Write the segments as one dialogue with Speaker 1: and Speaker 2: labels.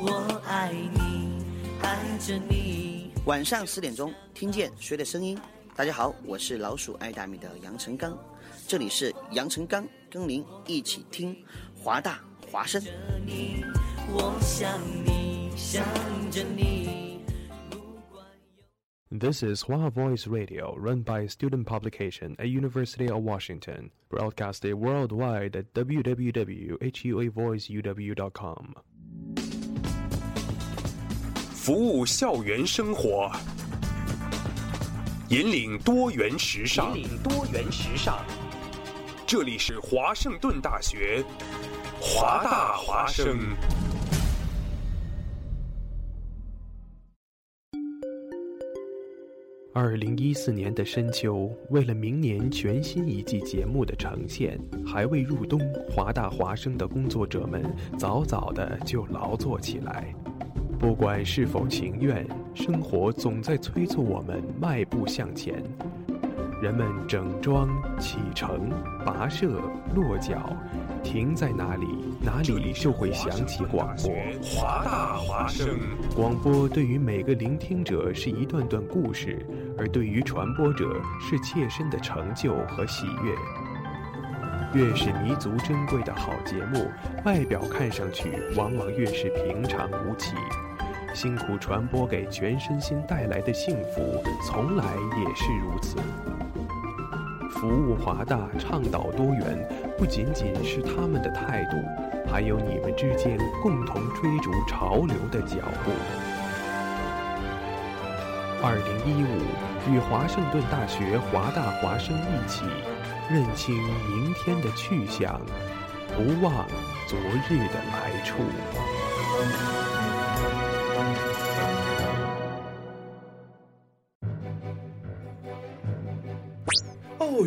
Speaker 1: 我爱你，爱着你。
Speaker 2: 晚上十点钟，听见谁的声音？大家好，我是老鼠爱大米的杨成刚，这里是杨成刚跟您一起听华大华声。
Speaker 1: 我想你，想着你。
Speaker 3: This is Hua Voice Radio, run by a student publication at University of Washington, broadcasted worldwide at www.huavoiceuw.com.
Speaker 4: 服务校园生活，引领多元时尚。引领多元时尚。这里是华盛顿大学，华大华生。
Speaker 3: 二零一四年的深秋，为了明年全新一季节目的呈现，还未入冬，华大华生的工作者们早早的就劳作起来。不管是否情愿，生活总在催促我们迈步向前。人们整装启程、跋涉、落脚，停在哪里，哪里就会响起广播。
Speaker 4: 华大华生，
Speaker 3: 广播对于每个聆听者是一段段故事，而对于传播者是切身的成就和喜悦。越是弥足珍贵的好节目，外表看上去往往越是平常无奇。辛苦传播给全身心带来的幸福，从来也是如此。服务华大，倡导多元，不仅仅是他们的态度，还有你们之间共同追逐潮流的脚步。二零一五，与华盛顿大学华大华生一起，认清明天的去向，不忘昨日的来处。
Speaker 5: 哦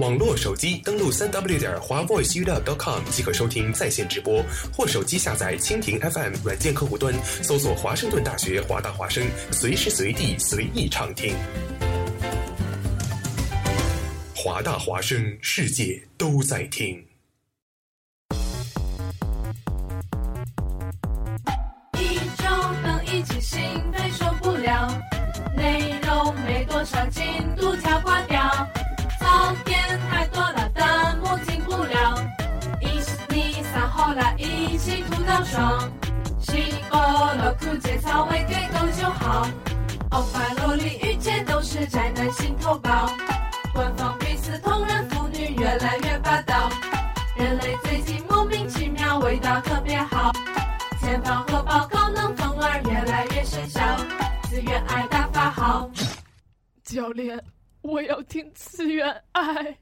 Speaker 5: 网络手机登录三 w 点华 voice u com 即可收听在线直播，或手机下载蜻蜓 FM 软件客户端，搜索华盛顿大学华大华声，随时随地随意畅听。华大华声，世界都在听。
Speaker 6: 一周能一起兴奋受不了，内容没多少进度条挂掉，槽点太多了弹幕进不了，一起你散后来一起吐到爽，西过了苦节操为给狗就好，欧巴萝莉御姐都是宅男心头宝，官方彼此同人腐女越来越霸道，人类最近莫名其妙味道特别好。前方和报高能风儿越来越生效，自愿爱大发好。
Speaker 7: 教练，我要听次元爱。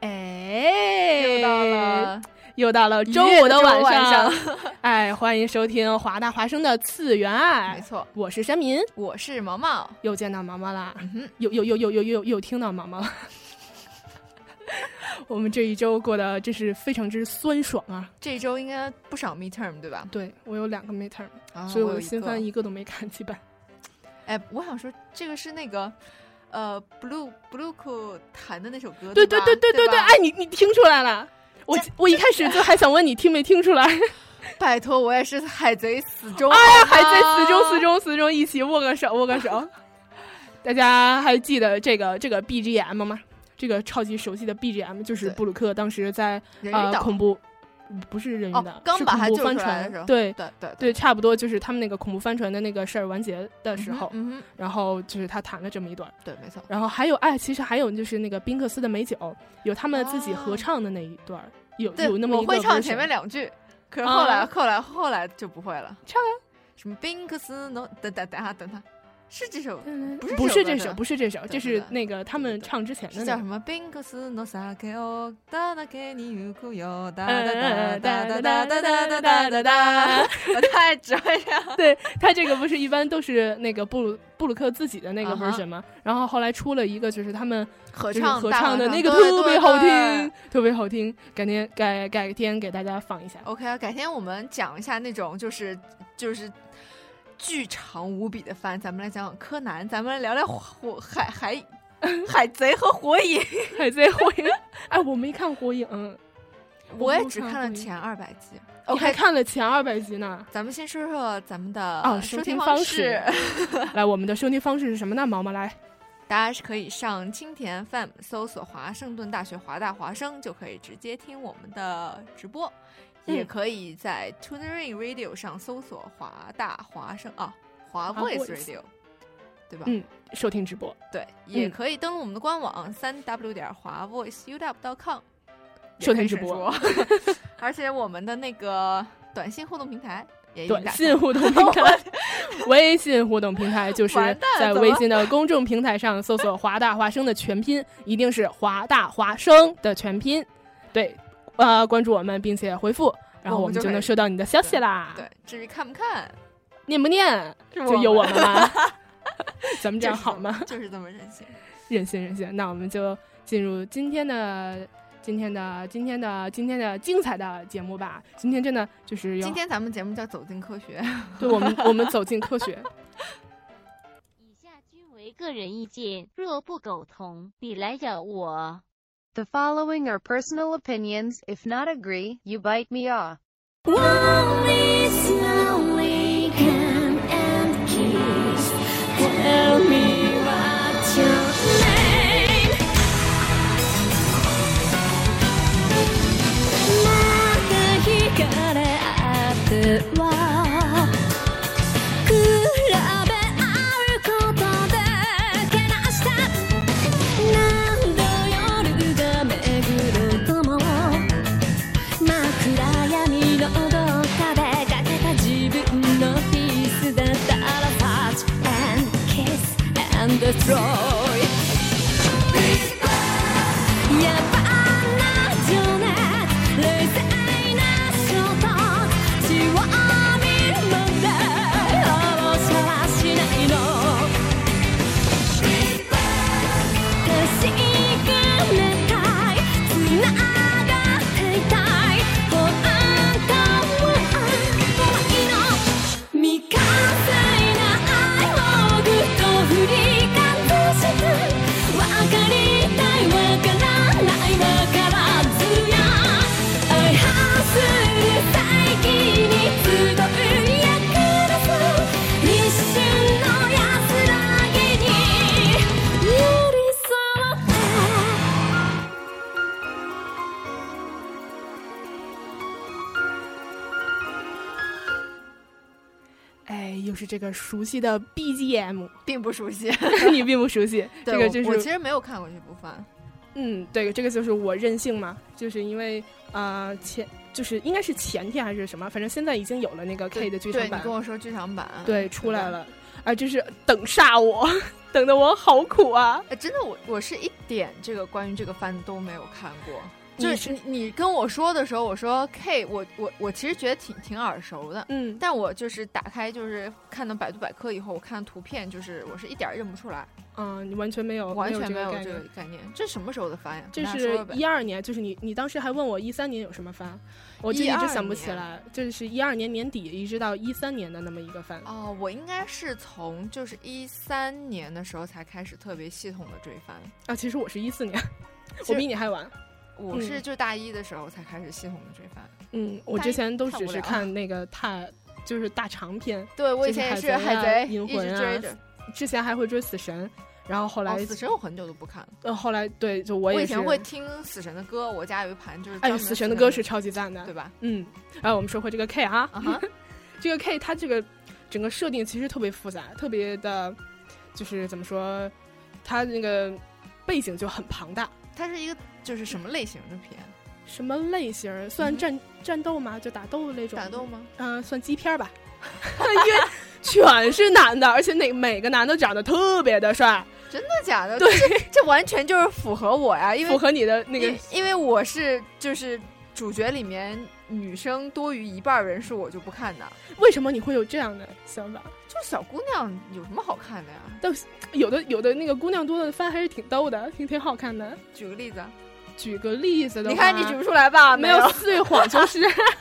Speaker 8: 哎，
Speaker 7: 又到了，
Speaker 8: 又到了周
Speaker 7: 五
Speaker 8: 五的
Speaker 7: 晚
Speaker 8: 上，哎，欢迎收听华大华生的次元
Speaker 7: 没
Speaker 8: 爱，
Speaker 7: 错，
Speaker 8: 我是山民，
Speaker 7: 我是毛毛。
Speaker 8: 又见到毛毛啦，
Speaker 7: 哼
Speaker 8: 又又又又又又又听到毛毛了。 我们这一周过得真是非常之酸爽啊！
Speaker 7: 这周应该不少 midterm 对吧？
Speaker 8: 对我有两个 midterm，、
Speaker 7: 啊
Speaker 8: 所以
Speaker 7: 我
Speaker 8: 哦我
Speaker 7: 有
Speaker 8: 的
Speaker 7: 一
Speaker 8: 新番
Speaker 7: 个
Speaker 8: 一个都没看，基本
Speaker 7: 哎，我想说这个是那个呃 blue blue Cool 弹的那首歌，
Speaker 8: 对
Speaker 7: 对
Speaker 8: 对
Speaker 7: 吧
Speaker 8: 对对对
Speaker 7: 对
Speaker 8: 对，
Speaker 7: 吧
Speaker 8: 哎，你你听出来了？我我一开始就还想问你听没听出来？
Speaker 7: 拜托，我也是海贼死忠，啊
Speaker 8: 哎呀，还在
Speaker 7: 好吗
Speaker 8: 四中四，中四中一起握个手握个手。大家还记得这个这个 BGM 吗？这个超级熟悉的 BGM 就是
Speaker 7: 对
Speaker 8: 布鲁克当时在
Speaker 7: 人
Speaker 8: 呃
Speaker 7: 鱼岛
Speaker 8: 恐怖，不是人鱼
Speaker 7: 哦
Speaker 8: 岛，
Speaker 7: 刚
Speaker 8: 是
Speaker 7: 把
Speaker 8: 恐
Speaker 7: 它
Speaker 8: 怖
Speaker 7: 救
Speaker 8: 帆
Speaker 7: 出来的时
Speaker 8: 船，
Speaker 7: 候
Speaker 8: 对
Speaker 7: 对对
Speaker 8: 对，差不多就是他们那个恐怖帆船的那个事儿完结的时候，
Speaker 7: 嗯哼，嗯哼
Speaker 8: 然后就是他弹了这么一段，
Speaker 7: 对，没错，
Speaker 8: 然后还有哎，其实还有就是那个宾克斯的美酒，有他们自己合
Speaker 7: 啊
Speaker 8: 唱的那一段，有
Speaker 7: 对，
Speaker 8: 有那么
Speaker 7: 我
Speaker 8: 一个
Speaker 7: 会唱
Speaker 8: version
Speaker 7: 前面两句，可是后来
Speaker 8: 啊
Speaker 7: 后来后来就不会了，
Speaker 8: 唱啊
Speaker 7: 什么宾克斯能等等等下等他。啊是这
Speaker 8: 嗯
Speaker 7: 首，不是
Speaker 8: 不是这
Speaker 7: 首
Speaker 8: 首，
Speaker 7: 歌
Speaker 8: 不是这首，
Speaker 7: 对
Speaker 8: 这
Speaker 7: 对
Speaker 8: 是
Speaker 7: 对
Speaker 8: 那个他们唱之前
Speaker 7: 的，
Speaker 8: 的
Speaker 7: 是
Speaker 8: 那
Speaker 7: 叫
Speaker 8: 个
Speaker 7: 什。么？冰格斯诺萨克哦，哒那给你有苦哟，哒哒
Speaker 8: 呃
Speaker 7: 哒哒
Speaker 8: 哒哒哒
Speaker 7: 哒哒哒
Speaker 8: 哒哒
Speaker 7: 哒
Speaker 8: 哒
Speaker 7: 哒哒
Speaker 8: 哒
Speaker 7: 哒，我太只会 这 样。
Speaker 8: 对他这个不是一般都是那个布鲁布鲁克自己的那个
Speaker 7: 啊哈
Speaker 8: version 吗？然后后来出了一个就是他们
Speaker 7: 合
Speaker 8: 就是合
Speaker 7: 大
Speaker 8: 唱的
Speaker 7: 合
Speaker 8: 那
Speaker 7: 唱
Speaker 8: 个
Speaker 7: 对
Speaker 8: 特
Speaker 7: 对
Speaker 8: 别好
Speaker 7: 对
Speaker 8: 听，特别好听。改天改改天给大家放 一下。
Speaker 7: OK 啊，改天我们讲一下那种就是就是巨长无比的番，咱们来讲讲柯南，咱们来聊聊火海海 海贼和火影。
Speaker 8: 海贼火影，哎，我没看火影，
Speaker 7: 我也只
Speaker 8: 不
Speaker 7: 看了
Speaker 8: 火影
Speaker 7: 前二百集。
Speaker 8: 你还
Speaker 7: OK，
Speaker 8: 看了前二百集呢。
Speaker 7: 咱们先说说咱们的
Speaker 8: 哦收
Speaker 7: 收
Speaker 8: 听
Speaker 7: 听
Speaker 8: 方
Speaker 7: 式，
Speaker 8: 来，我们的收听方式是什么呢？毛毛来，
Speaker 7: 大家是可以上蜻蜓 FM 搜索华盛顿大学华大华生，就可以直接听我们的直播，也
Speaker 8: 嗯
Speaker 7: 可以在 TuneIn Radio 上搜索华大华生啊，华
Speaker 8: 华
Speaker 7: Voice
Speaker 8: Voice
Speaker 7: Radio，对吧？
Speaker 8: 嗯收听直播。
Speaker 7: 对，也
Speaker 8: 嗯
Speaker 7: 可以登录我们的官网三 w 点华 voiceup.com
Speaker 8: 收听直 播，
Speaker 7: 而且我们的那个短信互动平台也已经
Speaker 8: 短
Speaker 7: 打开
Speaker 8: 信
Speaker 7: 了
Speaker 8: 互动平台， 微信互动平台就是
Speaker 7: 完蛋
Speaker 8: 在
Speaker 7: 怎么
Speaker 8: 微信的公众平台上搜索“华大华生”的全拼，一定是“华大华生”的全拼。对，呃，关注我们并且回复，然后
Speaker 7: 我
Speaker 8: 我
Speaker 7: 们
Speaker 8: 们
Speaker 7: 就
Speaker 8: 就
Speaker 7: 可以
Speaker 8: 能收到你的消息啦。
Speaker 7: 对，，至于看不看，
Speaker 8: 念不念
Speaker 7: 是
Speaker 8: 就有我们 啦。咱们这样好吗？
Speaker 7: 就是这么任性。
Speaker 8: 任性任性，那我们就进入今天的。今天的今天的今天的精彩的节目吧，今天真的就是有
Speaker 7: 今天咱们节目叫《走进科学》，
Speaker 8: 对我们我们走进科学，
Speaker 9: 以下均为个人意见，若不苟同，你来咬我。
Speaker 10: The following are personal opinions. If not agree, you bite me off.
Speaker 11: Slowly, slowly come and kiss. Tell me what's your name. Mother, he got 比べ合うことでけなした何度夜が巡るとも真暗闇のどっかでかけた自分のピースだったら Touch and kiss and destroy 野蛮な情熱冷静な衝動血を見るまで放射はしないの確かめたい繋がっていたい本当は愛の未完成な愛をぐっと振りかざして分かりたい分からない分からずや愛はする大気に集う約束一瞬の安らぎに寄り添って
Speaker 8: 哎，又是这个熟悉的 BGM，
Speaker 7: 并不熟悉。
Speaker 8: 你并不熟悉，这
Speaker 7: 对
Speaker 8: 个
Speaker 7: 我
Speaker 8: 就
Speaker 7: 我
Speaker 8: 是
Speaker 7: 其实没有看过这部番，
Speaker 8: 嗯，对，这个就是我任性嘛，就是因为啊、呃前就是应该是前天还是什么，反正现在已经有了那个 K 的剧
Speaker 7: 对
Speaker 8: 场
Speaker 7: 你
Speaker 8: 版
Speaker 7: 跟，我嗯说剧场版，
Speaker 8: 对，出来
Speaker 7: 吧。
Speaker 8: 了，啊，真是等煞我， 等的我好苦啊！
Speaker 7: 哎，真的，我我是一点这个关于这个番都没有看过。就
Speaker 8: 你
Speaker 7: 是你你跟我说的时候，我说 K，我我我其实觉得挺挺耳熟的，
Speaker 8: 嗯，
Speaker 7: 但我就是打开就是看到百度百科以后，我看图片，就是我是一点儿认不出来，
Speaker 8: 嗯、你完全没有，
Speaker 7: 完全
Speaker 8: 没
Speaker 7: 没有
Speaker 8: 这个概
Speaker 7: 这
Speaker 8: 念
Speaker 7: 个。概念。这什么时候的番呀？
Speaker 8: 这
Speaker 7: 跟大家
Speaker 8: 是
Speaker 7: 说呗
Speaker 8: 一二年，就是你，你当时还问我一三年有什么番，我就一直
Speaker 7: 12
Speaker 8: 想不起
Speaker 7: 年
Speaker 8: 来。这是一二年年底一直到一三年的那么一个番。
Speaker 7: 哦，我应该是从就是一三年的时候才开始特别系统的追番，
Speaker 8: 啊，其实我是一四年，
Speaker 7: 其
Speaker 8: 我
Speaker 7: 实
Speaker 8: 比你还晚。
Speaker 7: 我是就大一的时候才开始系统的追番。
Speaker 8: 嗯，我
Speaker 7: 大
Speaker 8: 之
Speaker 7: 一
Speaker 8: 前都
Speaker 7: 太
Speaker 8: 只
Speaker 7: 无
Speaker 8: 是
Speaker 7: 聊了
Speaker 8: 看那个大，就是大长篇，
Speaker 7: 对我以
Speaker 8: 就是
Speaker 7: 前也
Speaker 8: 海
Speaker 7: 是
Speaker 8: 贼啊
Speaker 7: 海贼，
Speaker 8: 银
Speaker 7: 一
Speaker 8: 魂
Speaker 7: 直
Speaker 8: 啊
Speaker 7: 追着。
Speaker 8: 之前还会追死神，然后后来、
Speaker 7: 哦，死神我很久都不看了。
Speaker 8: 呃后来对，就我
Speaker 7: 我
Speaker 8: 也
Speaker 7: 以
Speaker 8: 是
Speaker 7: 前会听死神的歌，我家有一盘就是
Speaker 8: 哎
Speaker 7: 专
Speaker 8: 呦，
Speaker 7: 门
Speaker 8: 死神的歌是超级赞的，
Speaker 7: 对吧？
Speaker 8: 嗯，然后我们说回这个 K 啊，
Speaker 7: 啊哈，
Speaker 8: 这个 K 它这个整个设定其实特别复杂，特别的，就是怎么说，它那个背景就很庞大。
Speaker 7: 它是一个就是什么类型的片？
Speaker 8: 什么类型儿？算
Speaker 7: 嗯哼
Speaker 8: 战、战斗吗？就打斗的那种？
Speaker 7: 打斗？吗？
Speaker 8: 嗯、算基片儿吧。因为全是男的，而且那每个男的长得特别的帅，
Speaker 7: 真的假的？对，这这完全就是符合我呀，因为
Speaker 8: 符合你的那个
Speaker 7: 因因为我是就是主角里面女生多于一半人数，我就不看的。
Speaker 8: 为什么你会有这样的想法？
Speaker 7: 就小姑娘有什么好看的呀？
Speaker 8: 但有的有的那个姑娘多的番还是挺逗的，挺挺好看的。
Speaker 7: 举个例子啊，
Speaker 8: 举个例子的话，
Speaker 7: 你看你举不出来吧？
Speaker 8: 没
Speaker 7: 有
Speaker 8: 有碎谎就是，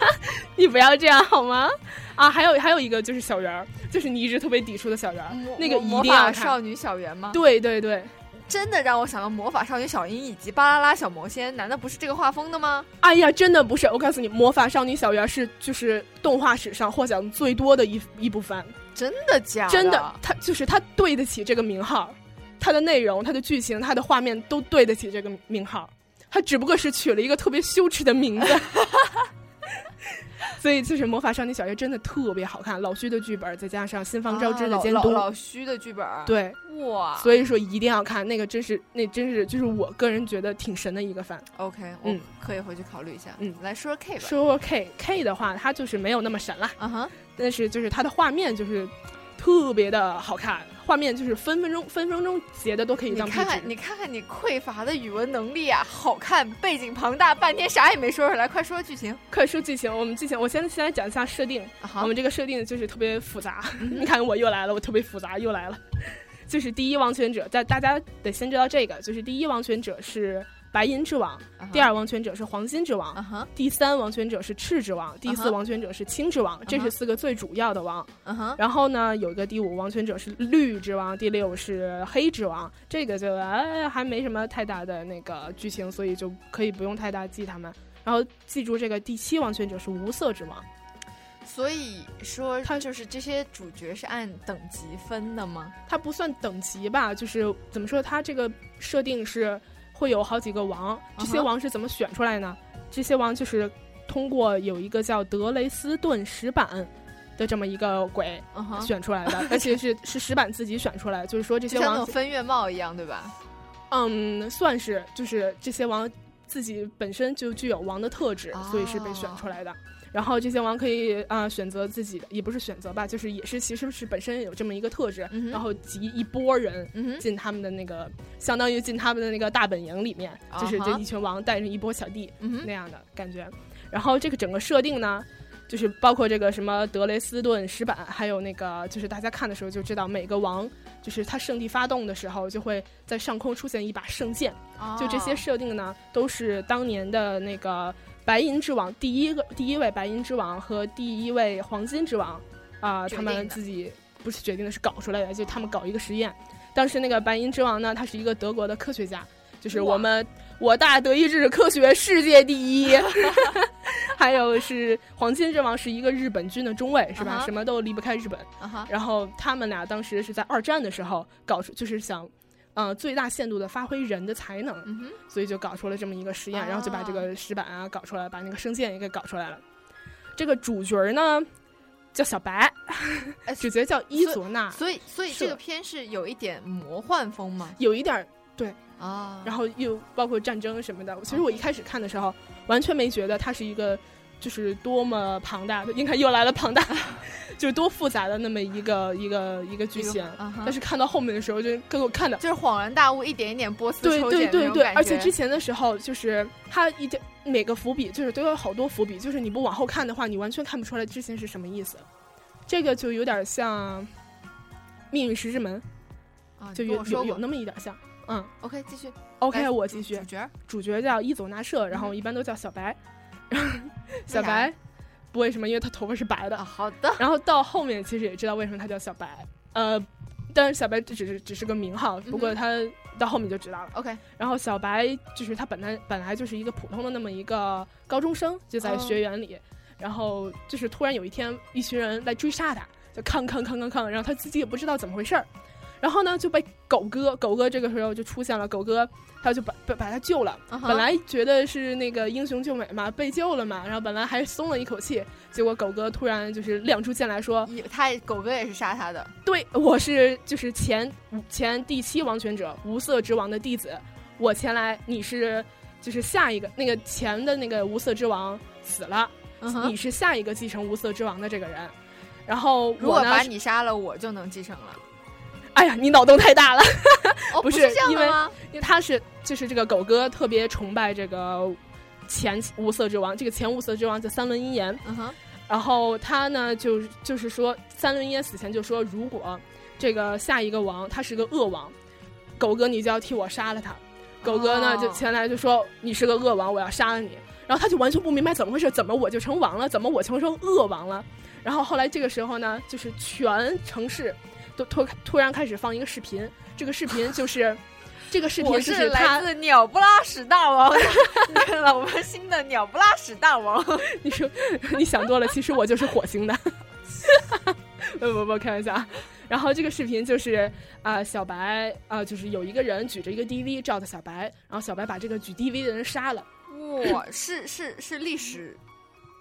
Speaker 8: 你不要这样好吗？啊，还有还有一个就是小圆儿，就是你一直特别抵触的小圆儿， 那个一
Speaker 7: 魔
Speaker 8: 定要
Speaker 7: 法
Speaker 8: 看。
Speaker 7: 少女小圆吗？，
Speaker 8: 对对对，
Speaker 7: 真的让我想到魔法少女小樱以及巴啦啦小魔仙，难道不是这个画风的吗？
Speaker 8: 哎呀，真的不是，我告诉你，《魔法少女小圆》是就是动画史上获奖最多的一一部番，
Speaker 7: 真的啊假
Speaker 8: 真
Speaker 7: 的
Speaker 8: 的，它就是它对得起这个名号，它的内容、它的剧情、它的画面都对得起这个名号，它只不过是取了一个特别羞耻的名 字。所以就是《魔法少女小圆》真的特别好看，老徐的剧本再加上新房昭之的监
Speaker 7: 啊
Speaker 8: 督，
Speaker 7: 老老老虚的剧本，
Speaker 8: 对，
Speaker 7: 哇，
Speaker 8: 所以说一定要看那个，真是那真是就是我个人觉得挺神的一个番。
Speaker 7: OK，我
Speaker 8: 嗯
Speaker 7: 可以回去考虑一下。
Speaker 8: 嗯，
Speaker 7: 来说说 K 吧。
Speaker 8: 说 K K 的话，它就是没有那么神了，
Speaker 7: 嗯哼，
Speaker 8: 但是就是它的画面就是特别的好看，画面就是分分钟分分钟截的都可以
Speaker 7: 你
Speaker 8: 当壁
Speaker 7: 看
Speaker 8: 纸。
Speaker 7: 看，你看看你匮乏的语文能力啊！好看，背景庞大，半天啥也没说出来，快说剧情。
Speaker 8: 快说剧情，我们剧情，我先先来讲一下设定。
Speaker 7: 好嗯
Speaker 8: 我们这个设定就是特别复杂， 你看我又来了，我特别复杂又来了。 就是第一王权者，但大家得先知道这个，就是第一王权者是白银之王，
Speaker 7: 啊哈
Speaker 8: 第二王权者是黄金之王，
Speaker 7: 啊哈，
Speaker 8: 第三王权者是赤之王，第四王权者是青之王，
Speaker 7: 啊
Speaker 8: 这是四个最主要的王。
Speaker 7: 嗯哼，
Speaker 8: 然后呢，有一个第五王权者是绿之王，第六是黑之王，这个就哎还没什么太大的那个剧情，所以就可以不用太大记他们。然后记住这个第七王权者是无色之王，
Speaker 7: 所以说就是这些主角是按等级分的吗？
Speaker 8: 它不算等级吧，就是怎么说，它这个设定是会有好几个王，这些
Speaker 7: 嗯哼
Speaker 8: 王是怎么选出来呢？这些王就是通过有一个叫德雷斯顿石板的这么一个鬼
Speaker 7: 嗯哼，
Speaker 8: 选出来的，而且是是石板自己选出来，就是说这
Speaker 7: 就
Speaker 8: 些
Speaker 7: 像那
Speaker 8: 王
Speaker 7: 种分院帽一样，对吧？
Speaker 8: 嗯，算是就是这些王自己本身就具有王的特质，所以是被选
Speaker 7: 哦
Speaker 8: 出来的。然后这些王可以啊、呃选择自己的，也不是选择吧，就是也是其实是本身有这么一个特质，
Speaker 7: 嗯哼
Speaker 8: 然后集一波人
Speaker 7: 嗯哼
Speaker 8: 进他们的那个，相当于进他们的那个大本营里面，就是
Speaker 7: 啊
Speaker 8: 这
Speaker 7: 哈
Speaker 8: 一群王带着一波小弟、
Speaker 7: 嗯哼
Speaker 8: 那样的感觉。然后这个整个设定呢，就是包括这个什么德雷斯顿石板，还有那个就是大家看的时候就知道，每个王就是他圣地发动的时候，就会在上空出现一把圣剑。
Speaker 7: 哦
Speaker 8: 就这些设定呢，都是当年的那个白银之王第一个第一位白银之王和第一位黄金之王啊、
Speaker 7: 决
Speaker 8: 他
Speaker 7: 定的
Speaker 8: 们自己不是决定的，是搞出来的，就他们搞一个实验。当时那个白银之王呢，他是一个德国的科学家，就是
Speaker 7: 哇
Speaker 8: 我们我大德意志科学世界第 一。 还有是黄金之王是一个日本军的中尉，是吧
Speaker 7: 啊哈
Speaker 8: 什么都离不开日本。
Speaker 7: 啊哈，
Speaker 8: 然后他们俩当时是在二战的时候搞出，就是想，呃，最大限度的发挥人的才能，
Speaker 7: 嗯哼，
Speaker 8: 所以就搞出了这么一个实验，然后就把这个石板啊搞出来，把那个声线也给搞出来了。这个主角呢叫小白， 主角叫伊佐娜，
Speaker 7: 所以所以
Speaker 8: 啊是
Speaker 7: 这个片是有一点魔幻风吗？
Speaker 8: 有一点儿对，
Speaker 7: 啊，
Speaker 8: 然后又包括战争什么的。其实我一开始看的时候，完全没觉得它是一个就是多么庞大的，应该又来了庞大，就是多复杂的那么一个一个一个剧情
Speaker 7: 一个啊哈。
Speaker 8: 但是看到后面的时候，就给我看的。
Speaker 7: 就是恍然大悟，一点一点波斯
Speaker 8: 对
Speaker 7: 抽
Speaker 8: 对
Speaker 7: 检的那
Speaker 8: 对
Speaker 7: 种
Speaker 8: 对，
Speaker 7: 感
Speaker 8: 而且
Speaker 7: 觉
Speaker 8: 之前的时候，就是它一点每个伏笔，就是都有好多伏笔，就是你不往后看的话，你完全看不出来之前是什么意思。这个就有点像《命运石之门
Speaker 7: 啊》，
Speaker 8: 就
Speaker 7: 你跟
Speaker 8: 有
Speaker 7: 我
Speaker 8: 有
Speaker 7: 说过哎嗯
Speaker 8: 有那么一点像。嗯
Speaker 7: OK 继续
Speaker 8: ，OK，
Speaker 7: 来
Speaker 8: 我
Speaker 7: 主
Speaker 8: 继续
Speaker 7: 主。角儿
Speaker 8: 主角叫伊佐那社，然后
Speaker 7: 嗯
Speaker 8: 一般都叫小白。小白，不为什么，因为他头发是白的。
Speaker 7: 啊好的。
Speaker 8: 然后到后面其实也知道为什么他叫小白，呃，但是小白只是只是个名号，不过
Speaker 7: 嗯哼
Speaker 8: 他到后面就知道了。
Speaker 7: OK
Speaker 8: 然后小白就是他本来本来就是一个普通的那么一个高中生，就在
Speaker 7: 哦
Speaker 8: 学园里，然后就是突然有一天一群人来追杀他，就抗抗抗抗抗，然后他自己也不知道怎么回事儿，然后呢就被狗哥，狗哥这个时候就出现了，狗哥他就把把把他救了
Speaker 7: 啊哈
Speaker 8: 本来觉得是那个英雄救美嘛，被救了嘛，然后本来还松了一口气，结果狗哥突然就是亮出剑来说，
Speaker 7: 也他也狗哥也是杀他的，
Speaker 8: 对，我是就是前前第七王权者无色之王的弟子，我前来，你是就是下一个那个前的那个无色之王死了，
Speaker 7: 嗯哼
Speaker 8: 你是下一个继承无色之王的这个人。然后
Speaker 7: 如果
Speaker 8: 我呢
Speaker 7: 把
Speaker 8: 是
Speaker 7: 你杀了，我就能继承了。
Speaker 8: 哎呀，你脑洞太大了，
Speaker 7: 哦
Speaker 8: 不
Speaker 7: 不
Speaker 8: 是
Speaker 7: 是这样的
Speaker 8: 因为
Speaker 7: 吗
Speaker 8: 因为他是就是这个狗哥特别崇拜这个前无色之王，这个前无色之王叫三轮一言，
Speaker 7: 嗯哼，
Speaker 8: 然后他呢就是就是说三轮一言死前就说，如果这个下一个王他是个恶王，狗哥你就要替我杀了他。狗哥
Speaker 7: 哦
Speaker 8: 呢就前来就说你是个恶王，我要杀了你。然后他就完全不明白怎么回事，怎么我就成王了，怎么我成成恶王了。然后后来这个时候呢，就是全城市都突突然开始放一个视频，这个视频就是这个视频
Speaker 7: 我
Speaker 8: 就是他
Speaker 7: 来自鸟不拉屎大 王，看了我们新的鸟不拉屎大王。
Speaker 8: 你说你想多了，其实我就是火星的。 不不不，开玩笑啊。然后这个视频就是啊、小白啊、就是有一个人举着一个 DV 照的小白，然后小白把这个举 DV 的人杀了。
Speaker 7: 哇，是是是历史，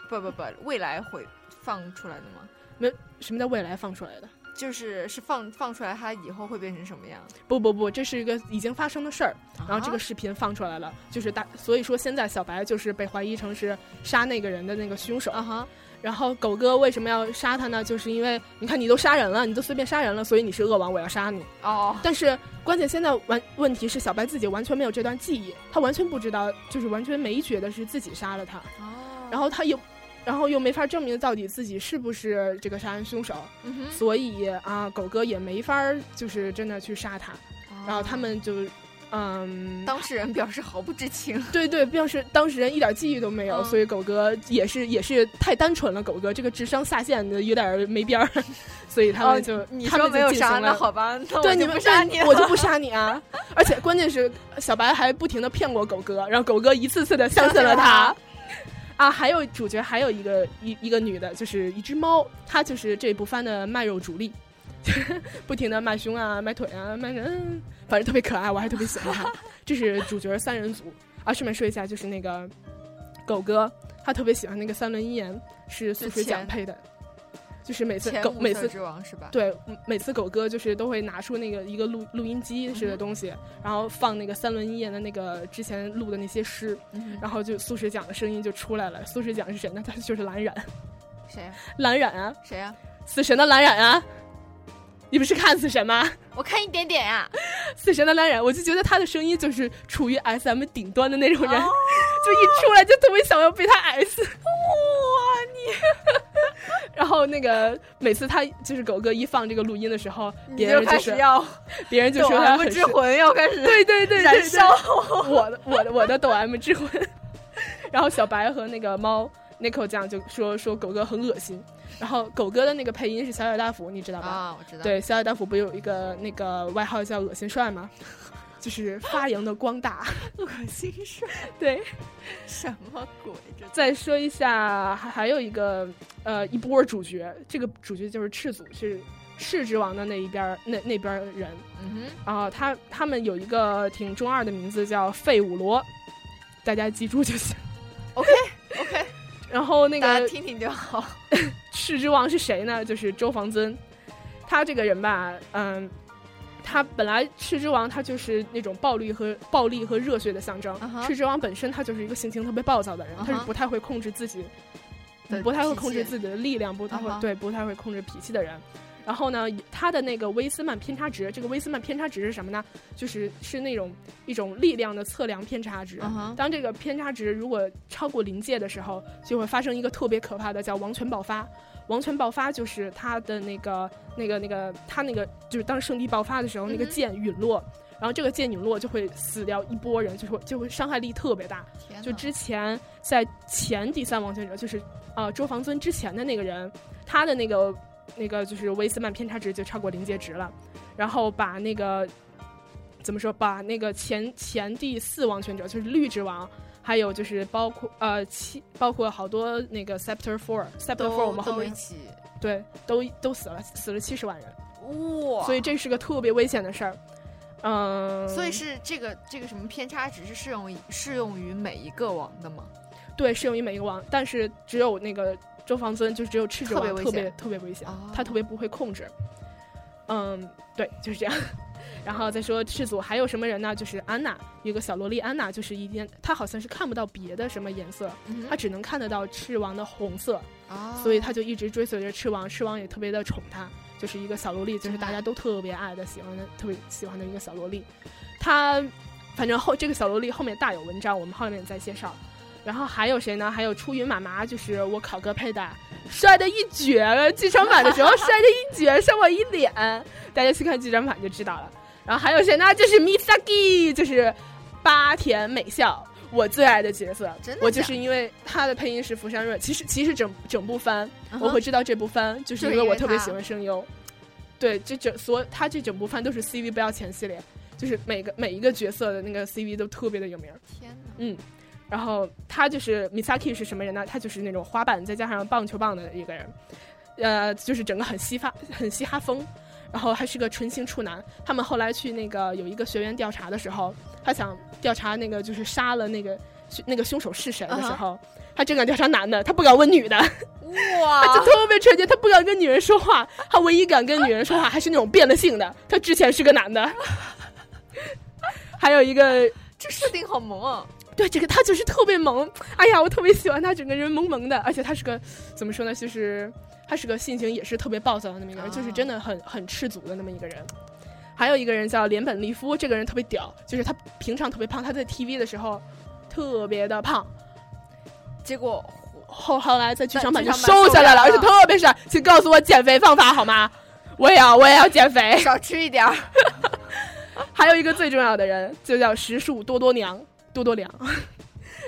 Speaker 7: 不不不，未来会放出来的吗？
Speaker 8: 没什么叫未来放出来的？
Speaker 7: 就是是放放出来，它以后会变成什么样？
Speaker 8: 不不不，这是一个已经发生的事儿，然后这个
Speaker 7: 啊
Speaker 8: 视频放出来了，就是大，所以说现在小白就是被怀疑成是杀那个人的那个凶手。啊
Speaker 7: 哈。嗯
Speaker 8: 然后狗哥为什么要杀他呢？就是因为你看你都杀人了，你都随便杀人了，所以你是恶王，我要杀你。
Speaker 7: 哦。
Speaker 8: 但是关键现在完问题是小白自己完全没有这段记忆，他完全不知道，就是完全没觉得是自己杀了他。
Speaker 7: 哦。
Speaker 8: 然后他又，然后又没法证明到底自己是不是这个杀人凶手。
Speaker 7: 嗯哼
Speaker 8: 所以啊，狗哥也没法儿就是真的去杀他，然后他们就，嗯，
Speaker 7: 哦当事人表示毫不知情。
Speaker 8: 对对，表示当事人一点记忆都没有，
Speaker 7: 嗯
Speaker 8: 所以狗哥也是也是太单纯了，狗哥这个智商下限的有点儿没边儿， 所以他们就、
Speaker 7: 哦你
Speaker 8: 他们
Speaker 7: 说
Speaker 8: 就
Speaker 7: 没有
Speaker 8: 进行
Speaker 7: 杀，那
Speaker 8: 了
Speaker 7: 好吧，那
Speaker 8: 对
Speaker 7: 我
Speaker 8: 你
Speaker 7: 就
Speaker 8: 们
Speaker 7: 不杀
Speaker 8: 对
Speaker 7: 你了，
Speaker 8: 我就不杀你 啊！而且关键是小白还不停的骗过狗哥，让狗哥一次次的相信了他。啊，还有主角还有一个一一个女的，就是一只猫，她就是这部番的卖肉主力， 不停的卖胸啊、卖腿啊、卖人，反正特别可爱，我还特别喜欢她。这是主角三人组啊，顺便说一下，就是那个狗哥，他特别喜欢那个三轮一言，是素水奖配的，就是每次
Speaker 7: 前
Speaker 8: 狗
Speaker 7: 五
Speaker 8: 每
Speaker 7: 色
Speaker 8: 次
Speaker 7: 之王是吧
Speaker 8: 对，每次狗哥就是都会拿出那个一个录录音机似的东西，然后放那个三轮一言的那个之前录的那些诗，
Speaker 7: 嗯哼
Speaker 8: 然后就素水奖的声音就出来了。素水奖是谁呢？他就是蓝染，
Speaker 7: 谁呀、
Speaker 8: 蓝染啊，
Speaker 7: 谁呀、
Speaker 8: 死神的蓝染啊。你不是看死神吗？
Speaker 7: 我看一点啊点呀、
Speaker 8: 死神的蓝染，我就觉得他的声音就是处于 S M 顶端的那种人，
Speaker 7: 哦
Speaker 8: 就一出来就特别想要被他 S。哇，你！ 然后那个每次他就是狗哥一放这个录音的时候，别人
Speaker 7: 你就开
Speaker 8: 是
Speaker 7: 始要
Speaker 8: 别人就说
Speaker 7: 抖
Speaker 8: 他
Speaker 7: M
Speaker 8: 很
Speaker 7: 之
Speaker 8: 是
Speaker 7: 魂要开始
Speaker 8: 对对对对
Speaker 7: 燃
Speaker 8: 对
Speaker 7: 烧
Speaker 8: 我的我的我的抖 M 之魂。 然后小白和那个猫 Nico 酱就说说狗哥很恶心，然后狗哥的那个配音是小野大辅，你知道吧？
Speaker 7: 啊我知道
Speaker 8: 对，小野大辅不有一个那个外号叫“恶心帅”吗？ 就是发扬的光大。
Speaker 7: 恶心事。
Speaker 8: 对，
Speaker 7: 什么鬼？这
Speaker 8: 再说一下，还还有一个呃一波主角，这个主角就是赤祖，是赤之王的那一边儿那那边儿人。
Speaker 7: 嗯
Speaker 8: 然后他他们有一个挺中二的名字叫费五罗，大家记住就行。
Speaker 7: 哼，OK，
Speaker 8: 然后那
Speaker 7: 大家
Speaker 8: 个
Speaker 7: 听听就好。
Speaker 8: 赤之王是谁呢？就是周防增，他这个人吧，嗯。他本来赤之王他就是那种暴力和暴力和热血的象征。
Speaker 7: 啊哈
Speaker 8: 赤之王本身他就是一个性情特别暴躁的人
Speaker 7: 啊哈
Speaker 8: 他是不太会控制自己嗯
Speaker 7: 的
Speaker 8: 不太会
Speaker 7: 脾气
Speaker 8: 控制自己的力量，不太会、
Speaker 7: 啊哈
Speaker 8: 对不太会控制脾气的人。然后呢，他的那个威斯曼偏差值，这个威斯曼偏差值是什么呢？就是是那种一种力量的测量偏差值。
Speaker 7: 啊哈
Speaker 8: 当这个偏差值如果超过临界的时候，就会发生一个特别可怕的叫王权爆发。王权爆发就是他的那个、那个、那个，他那个就是当圣地爆发的时候，那个
Speaker 7: 嗯哼
Speaker 8: 剑陨落，然后这个剑陨落就会死掉一波人，就会就会伤害力特别大。
Speaker 7: 天
Speaker 8: 就
Speaker 7: 哪
Speaker 8: 之前在前第三王权者，就是呃周防尊之前的那个人，他的那个那个就是威斯曼偏差值就超过临界值了，然后把那个怎么说，把那个前前第四王权者，就是绿之王。还有就是包括呃七，包括好多那个 Scepter Four Scepter
Speaker 7: 都
Speaker 8: Four，我们后
Speaker 7: 都
Speaker 8: 面
Speaker 7: 一起
Speaker 8: 对都都死了，死了七十万人，
Speaker 7: 哇，
Speaker 8: 所以这是个特别危险的事儿。嗯，
Speaker 7: 所以是这个这个什么偏差值是适用于适用于每一个王的吗？
Speaker 8: 对，适用于每一个王，但是只有那个周防尊，就只有赤之
Speaker 7: 特
Speaker 8: 王
Speaker 7: 别危
Speaker 8: 特别
Speaker 7: 险
Speaker 8: 特别危险，他特别不会控制。嗯，对，就是这样。 然后再说赤组还有什么人呢？就是安娜，有个小萝莉安娜，就是一天她好像是看不到别的什么颜色，
Speaker 7: 嗯
Speaker 8: 她只能看得到赤王的红色，
Speaker 7: 啊
Speaker 8: 所以她就一直追随着赤王，赤王也特别的宠她，就是一个小萝莉，就是大家都特别爱的、喜欢的、特别喜欢的一个小萝莉。她反正后这个小萝莉后面大有文章，我们后面再介绍。然后还有谁呢？还有出云妈妈，就是我考哥配的，帅的一绝，剧场版的时候帅的一绝，笑我一脸。大家去看剧场版就知道了。然后还有谁呢？就是 Misaki，就是八田美笑，我最爱的角色。
Speaker 7: 真的
Speaker 8: 我就
Speaker 7: 假
Speaker 8: 是因为他的配音是福山润。其实其实整整部番、
Speaker 7: 嗯哼
Speaker 8: 我会知道这部番，就是
Speaker 7: 就
Speaker 8: 因为
Speaker 7: 是因
Speaker 8: 我
Speaker 7: 为
Speaker 8: 特别
Speaker 7: 他
Speaker 8: 喜欢声优。
Speaker 7: 嗯
Speaker 8: 对，这整所他这整部番都是 CV 不要钱系列，就是每个每一个角色的那个 CV 都特别的有名。
Speaker 7: 天哪！
Speaker 8: 嗯，然后他就是 Misaki 是什么人呢？他就是那种滑板再加上棒球棒的一个人，呃，就是整个很嘻哈很嘻哈风，然后还是个纯情处男。他们后来去那个有一个学员调查的时候，他想调查那个就是杀了那个那个凶手是谁的时候他只敢调查男的，他不敢问女的。
Speaker 7: 哇，
Speaker 8: 嗯他就特别纯洁，他不敢跟女人说话，他唯一敢跟女人说话还是那种变了性的。他之前是个男的， 还有一个
Speaker 7: 这设定好萌啊！
Speaker 8: 对，这个他就是特别萌，哎呀，我特别喜欢他，整个人萌萌的，而且他是个怎么说呢，就是他是个性情也是特别暴躁的那么一个人，就是真的很很赤足的那么一个人。还有一个人叫连本利夫，这个人特别屌，就是他平常特别胖，他在 TV 的时候特别的胖，
Speaker 7: 结果
Speaker 8: 后后来在剧场版就
Speaker 7: 在剧场版
Speaker 8: 瘦下来了，而
Speaker 7: 瘦下来了
Speaker 8: 且特别帅。请告诉我减肥方法好吗？我也要，我也要减肥，
Speaker 7: 少吃一点。
Speaker 8: 还有一个最重要的人，就叫石树多多娘，多多良。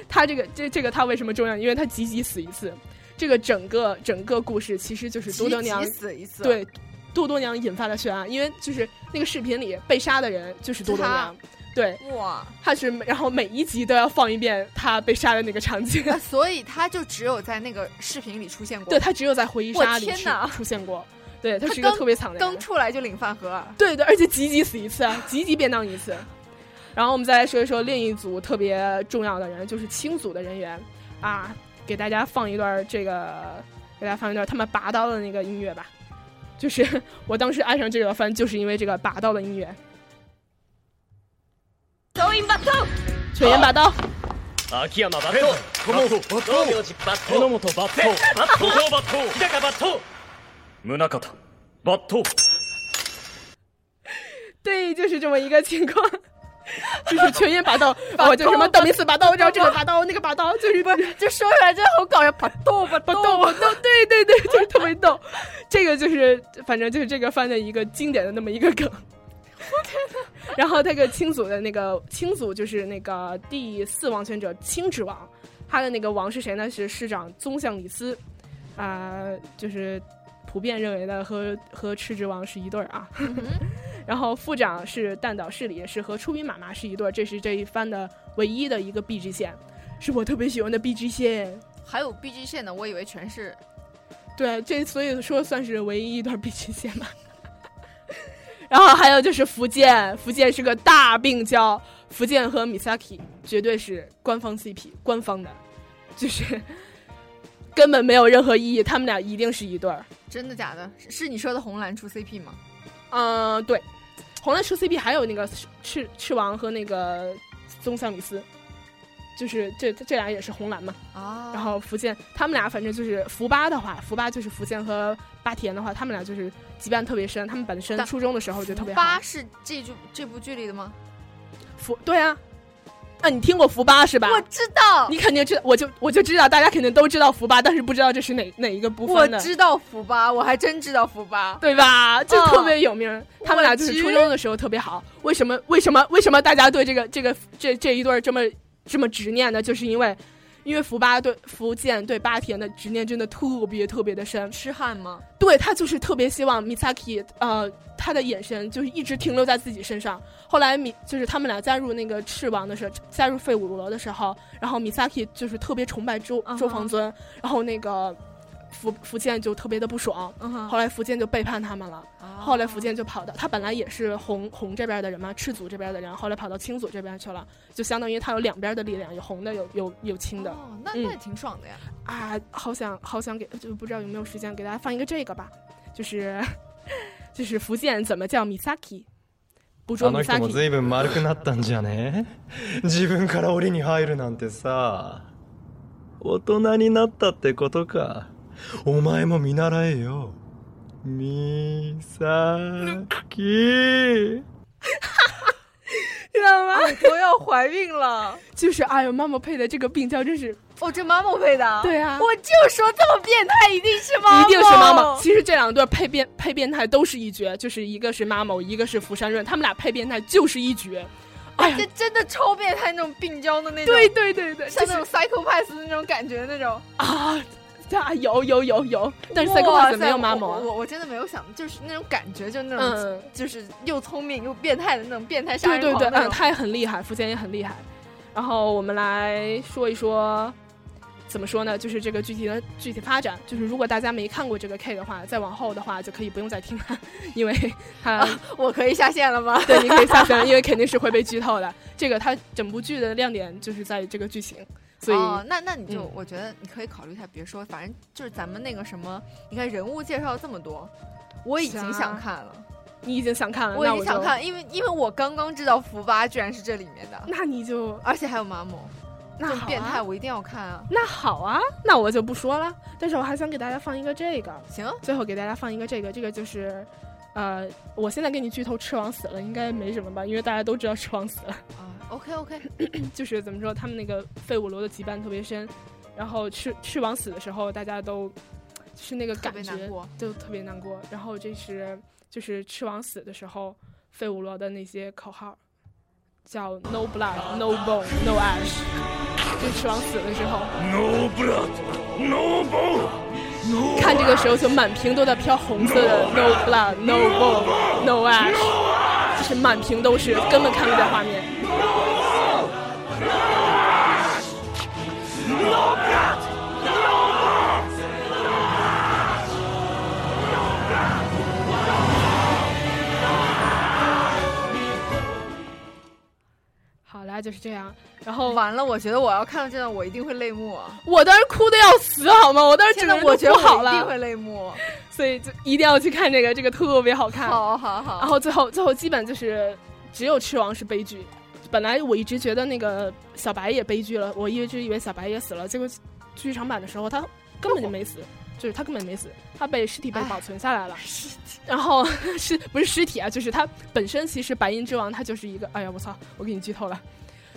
Speaker 8: 他这个这这个他为什么重要？因为他集集死一次。这个整个整个故事其实 就是多多娘
Speaker 7: 集集死一次
Speaker 8: 对，多多娘引发的血案，因为就是那个视频里被杀的人就是多多娘
Speaker 7: 是，
Speaker 8: 对，
Speaker 7: 哇，
Speaker 8: 他是每然后每一集都要放一遍他被杀的那个场 景，
Speaker 7: 啊所以他就只有在那个视频里出现过。
Speaker 8: 对他只有在回忆杀里
Speaker 7: 我
Speaker 8: 出
Speaker 7: 天哪
Speaker 8: 出现过，对他
Speaker 7: 他
Speaker 8: 是一个
Speaker 7: 刚
Speaker 8: 特别惨的人
Speaker 7: 刚。出来就领饭盒，啊
Speaker 8: 对对，而且集集死一次，啊，集集便当一次。然后我们再来说一说另一组特别重要的人，就是青组的人员啊，给大家放一段这个，给大家放一段他们拔刀的那个音乐吧。就是我当时爱上这个番，就是因为这个拔刀的音乐，
Speaker 11: 総員抜刀
Speaker 8: 全员拔刀。
Speaker 12: 秋山抜刀道明
Speaker 13: 友
Speaker 12: 寺抜刀榎本抜刀後藤抜刀日高抜刀宗像抜刀
Speaker 8: 对，就是这么一个情况， 就是全员 拔刀，我就什么道明寺拔刀，然后这个拔刀，那个拔刀，就是不就说出来真的好搞笑，拔刀拔刀拔刀，对对对，就是特别逗。这个就是反正就是这个番的一个经典的那么一个梗。然后那个青组的那个青组就是那个第四王权者青之王，他的那个王是谁呢？是市长宗像里斯，啊、就是普遍认为的和和赤之王是一对儿啊。然后副长是弹岛市里，是和出云妈妈是一对儿，这是这一番的唯一的一个 B G 线，是我特别喜欢的 B G 线。
Speaker 7: 还有 B G 线呢，我以为全是
Speaker 8: 对，这所以说算是唯一一段 B G 线吧。 然后还有就是福建，福建是个大病娇，福建和 Misaki 绝对是官方 CP，官方的，就是根本没有任何意义，他们俩一定是一对儿。
Speaker 7: 真的假的？是是你说的红蓝出 CP 吗？
Speaker 8: 嗯、对，红蓝出 CP 还有那个赤赤赤王和那个宗像米斯，就是这这俩也是红蓝嘛。
Speaker 7: 啊，
Speaker 8: 然后福建他们俩反正就是福八的话，福八就是福建和八田的话，他们俩就是羁绊特别深，他们本身
Speaker 7: 但
Speaker 8: 初中的时候就特别好。
Speaker 7: 八是这部这部剧里的吗？
Speaker 8: 福对啊，啊你听过福八是吧？我
Speaker 7: 知道，
Speaker 8: 你肯定知道，我就我就知道，大家肯定都知道福八，但是不知道这是哪哪一个部
Speaker 7: 我
Speaker 8: 分的。
Speaker 7: 知道福八，我还真知道福八，
Speaker 8: 对吧？就
Speaker 7: 嗯
Speaker 8: 特别有名儿，他们俩就是初中的时候特别好。为什么？为什么？为什么大家对这个这个这这一对儿这么这么执念呢？就是因为，因为福八对福建对八田的执念真的特别特别的深。
Speaker 7: 痴汉吗？
Speaker 8: 对他就是特别希望 Misaki，呃，他的眼神就是一直停留在自己身上。后来米就是他们俩加入那个赤王的时候，加入废五罗的时候，然后 Misaki 就是特别崇拜周、周防尊，然后那个福福建就特别的不爽，
Speaker 7: 嗯哼
Speaker 8: 后来福建就背叛他们了。
Speaker 7: 啊
Speaker 8: 后来福建就跑到他本来也是红红这边的人嘛，赤组这边的人，后来跑到青组这边去了，就相当于他有两边的力量，有红的，有有有青的。
Speaker 7: 哦，那
Speaker 8: 嗯
Speaker 7: 那也挺爽的呀。
Speaker 8: 啊，好想好想给，就不知道有没有时间给 啊大家放一个这个吧，就是就是福建怎么叫 Misaki，捕捉
Speaker 13: あ
Speaker 8: 米
Speaker 13: の
Speaker 8: 萨
Speaker 13: 人も
Speaker 8: 提。
Speaker 13: 随分丸くなったんじゃね自分から檻に入るなんてさ大人になったってことかお前も見習えよみさき
Speaker 8: 知道吗？
Speaker 7: 我要怀孕了，
Speaker 8: 就是哎呦，妈妈配的这个病娇真是，
Speaker 7: 哦，这妈妈配 的，
Speaker 8: 对啊
Speaker 7: 我就说这么变态，一定是妈
Speaker 8: 一
Speaker 7: 妈，
Speaker 8: 定是妈妈。其实这两对配变配变态都是一绝，就是一个是妈某，一个是福山润，他们俩配变态就是一绝。哎呀
Speaker 7: 这，真的超变态那种病娇的那种，
Speaker 8: 对对对对，
Speaker 7: 像
Speaker 8: 就是
Speaker 7: 那种 psychopath 的那种感觉的那种。
Speaker 8: 啊，啊有有有有，但是
Speaker 7: 哇
Speaker 8: psychopath
Speaker 7: 塞
Speaker 8: 没有妈某
Speaker 7: 我
Speaker 8: 啊。
Speaker 7: 我我真的没有想，就是那种感觉，就是那
Speaker 8: 嗯
Speaker 7: 种就是又聪明又变态的那种变态杀
Speaker 8: 对
Speaker 7: 人
Speaker 8: 对
Speaker 7: 狂
Speaker 8: 对，
Speaker 7: 那
Speaker 8: 嗯，
Speaker 7: 种
Speaker 8: 他也很厉害，福建也很厉害。然后我们来说一说，怎么说呢？就是这个具体的具体发展，就是如果大家没看过这个 K 的话，再往后的话就可以不用再听了， 因为他、
Speaker 7: 我可以下线了 吗
Speaker 8: 对，你可以下线了，因为肯定是会被剧透的。这个它整部剧的亮点就是在于这个剧情，所以、
Speaker 7: 哦，那那你就、
Speaker 8: 嗯
Speaker 7: 我觉得你可以考虑一下，比如说，反正就是咱们那个什么，你看人物介绍这么多，我已经
Speaker 8: 行啊
Speaker 7: 想看了，
Speaker 8: 你已经想看了，
Speaker 7: 我已
Speaker 8: 嗯那
Speaker 7: 经想
Speaker 8: 就
Speaker 7: 看了，，因为因为我刚刚知道福巴居然是这里面的，
Speaker 8: 那你就
Speaker 7: 而且还有马某，
Speaker 8: 那
Speaker 7: 这种
Speaker 8: 好
Speaker 7: 变
Speaker 8: 啊
Speaker 7: 态我一定要看啊！
Speaker 8: 那好啊，那我就不说了。但是我还想给大家放一个这个，
Speaker 7: 行，
Speaker 8: 最后给大家放一个这个，这个就是，呃，我现在给你剧透，吃王死了，应该没什么吧？因为大家都知道吃王死了。
Speaker 7: 啊 OK OK，
Speaker 8: 就是怎么说，他们那个废物罗的羁绊特别深，然后吃吃王死的时候，大家都是那个感觉，
Speaker 7: 特别难过
Speaker 8: 就特别难过。然后这是就是吃王死的时候，废物罗的那些口号，叫 No blood, no bone, no ash。就吃王死的时候。
Speaker 11: No blood, no bone, no
Speaker 8: 看这个时候就满屏都在飘红色的 no blood no bone no ash，就是满屏都是，根本看不见画面。好啦，就是这样。 然后
Speaker 7: 完了，我觉得我要看到这段，我一定会泪目啊。
Speaker 8: 我当时哭的要死，好吗？ 我当时整
Speaker 7: 天
Speaker 8: 个
Speaker 7: 哪
Speaker 8: 人都
Speaker 7: 我觉得
Speaker 8: 不好
Speaker 7: 我
Speaker 8: 了，
Speaker 7: 一定会泪目。
Speaker 8: 所以就一定要去看这个，这个特别好看。
Speaker 7: 好好好
Speaker 8: 啊然后最后最后基本就是只有吃王是悲剧。本来我一直觉得那个小白也悲剧了，我一直以为小白也死了，结果剧场版的时候他根本就没
Speaker 7: 哦
Speaker 8: 死，就是他根本没死，他被尸体被保存下来了。 尸体，然后是不是尸体啊？就是他本身其实白银之王他就是一个，哎呀我操，我给你剧透了。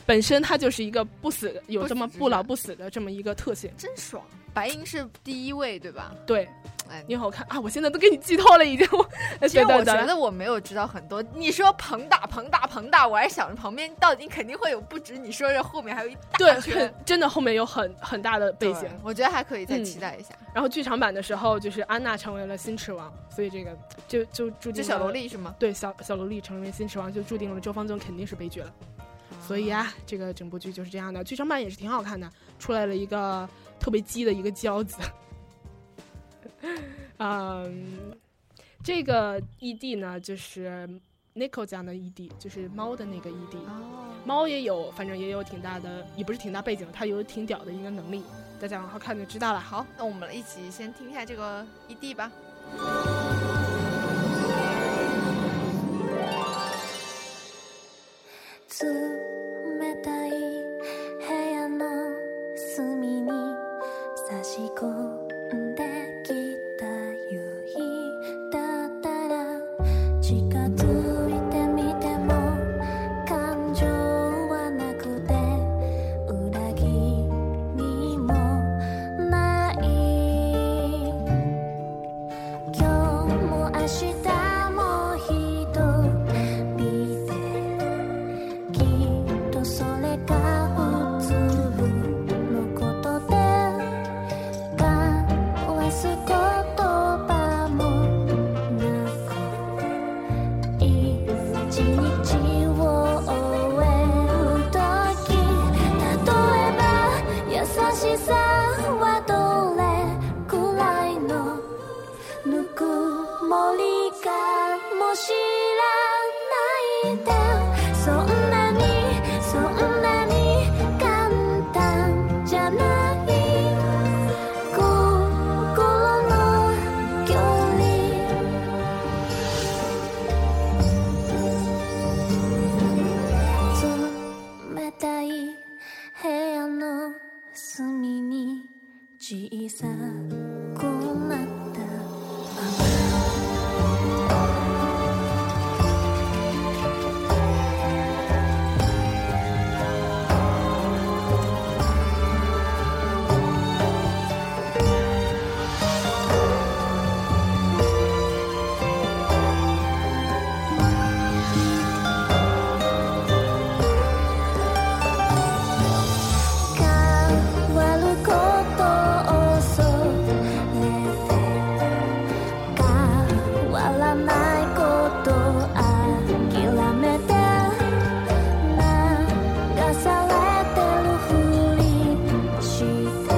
Speaker 8: 本身他就是一个不死的，有这么不老不死的这么一个特性，
Speaker 7: 真爽。白银是第一位，对吧？
Speaker 8: 对，
Speaker 7: 哎，
Speaker 8: 你好看啊！我现在都给你剧透了，已经。 我
Speaker 7: 其实
Speaker 8: 对对
Speaker 7: 我
Speaker 8: 对
Speaker 7: 觉得我没有知道很多。你说彭大彭大彭大，我还想着旁边到底肯定会有不止你说这后面还有一
Speaker 8: 对，
Speaker 7: 大圈
Speaker 8: 很。嗯真的后面有很很大的背景
Speaker 7: 对，我觉得还可以再期待一下。
Speaker 8: 然后剧场版的时候，就是安娜成为了新池王，所以这个就就注定
Speaker 7: 就小
Speaker 8: 了
Speaker 7: 萝莉是吗？
Speaker 8: 对，小小萝莉成为新池王，就注定了周方正肯定是悲剧了。所以啊，这个整部剧就是这样的，剧场版也是挺好看的，出来了一个特别鸡的一个娇子。 嗯，这个 ED 呢，就是 Nico 讲的 ED，就是猫的那个 E ED。猫
Speaker 7: 哦
Speaker 8: 也有，反正也有挺大的，也不是挺大背景，它有挺屌的一个能力，大家往后看就知道了。
Speaker 7: 好，那我们一起先听一下这个 ED 吧。
Speaker 11: 冷たい部屋の隅に差し込んできた夕日だったら近づいてみても感情はなくて裏切りもない今日も明日も一人できっとそれが普通のことで交わす言葉もなく一日を終えるとき例えば優しさはどれくらいのぬくもりかもしれないでそんなにそんなに簡単じゃない心の距離小さ困った変わることを恐れて変わらないこと諦めて流されてるふりして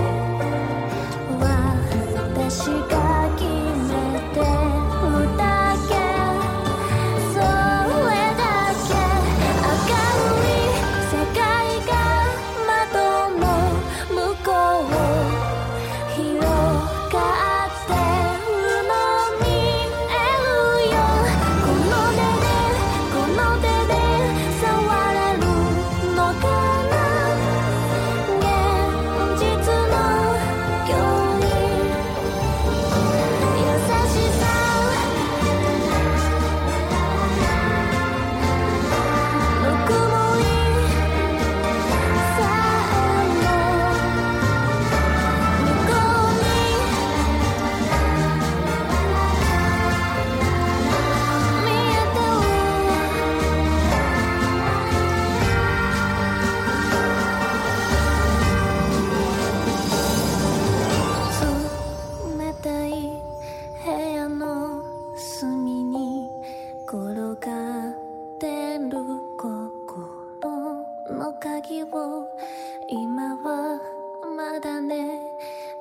Speaker 11: 私が決めてるだけそれだけ明るい世界が窓の向こう広がってるの見えるよこの手でこの手で触れるのかな現実の距離優しさぬくもり冷たい部屋の隅に転がってる心の鍵を今はまだね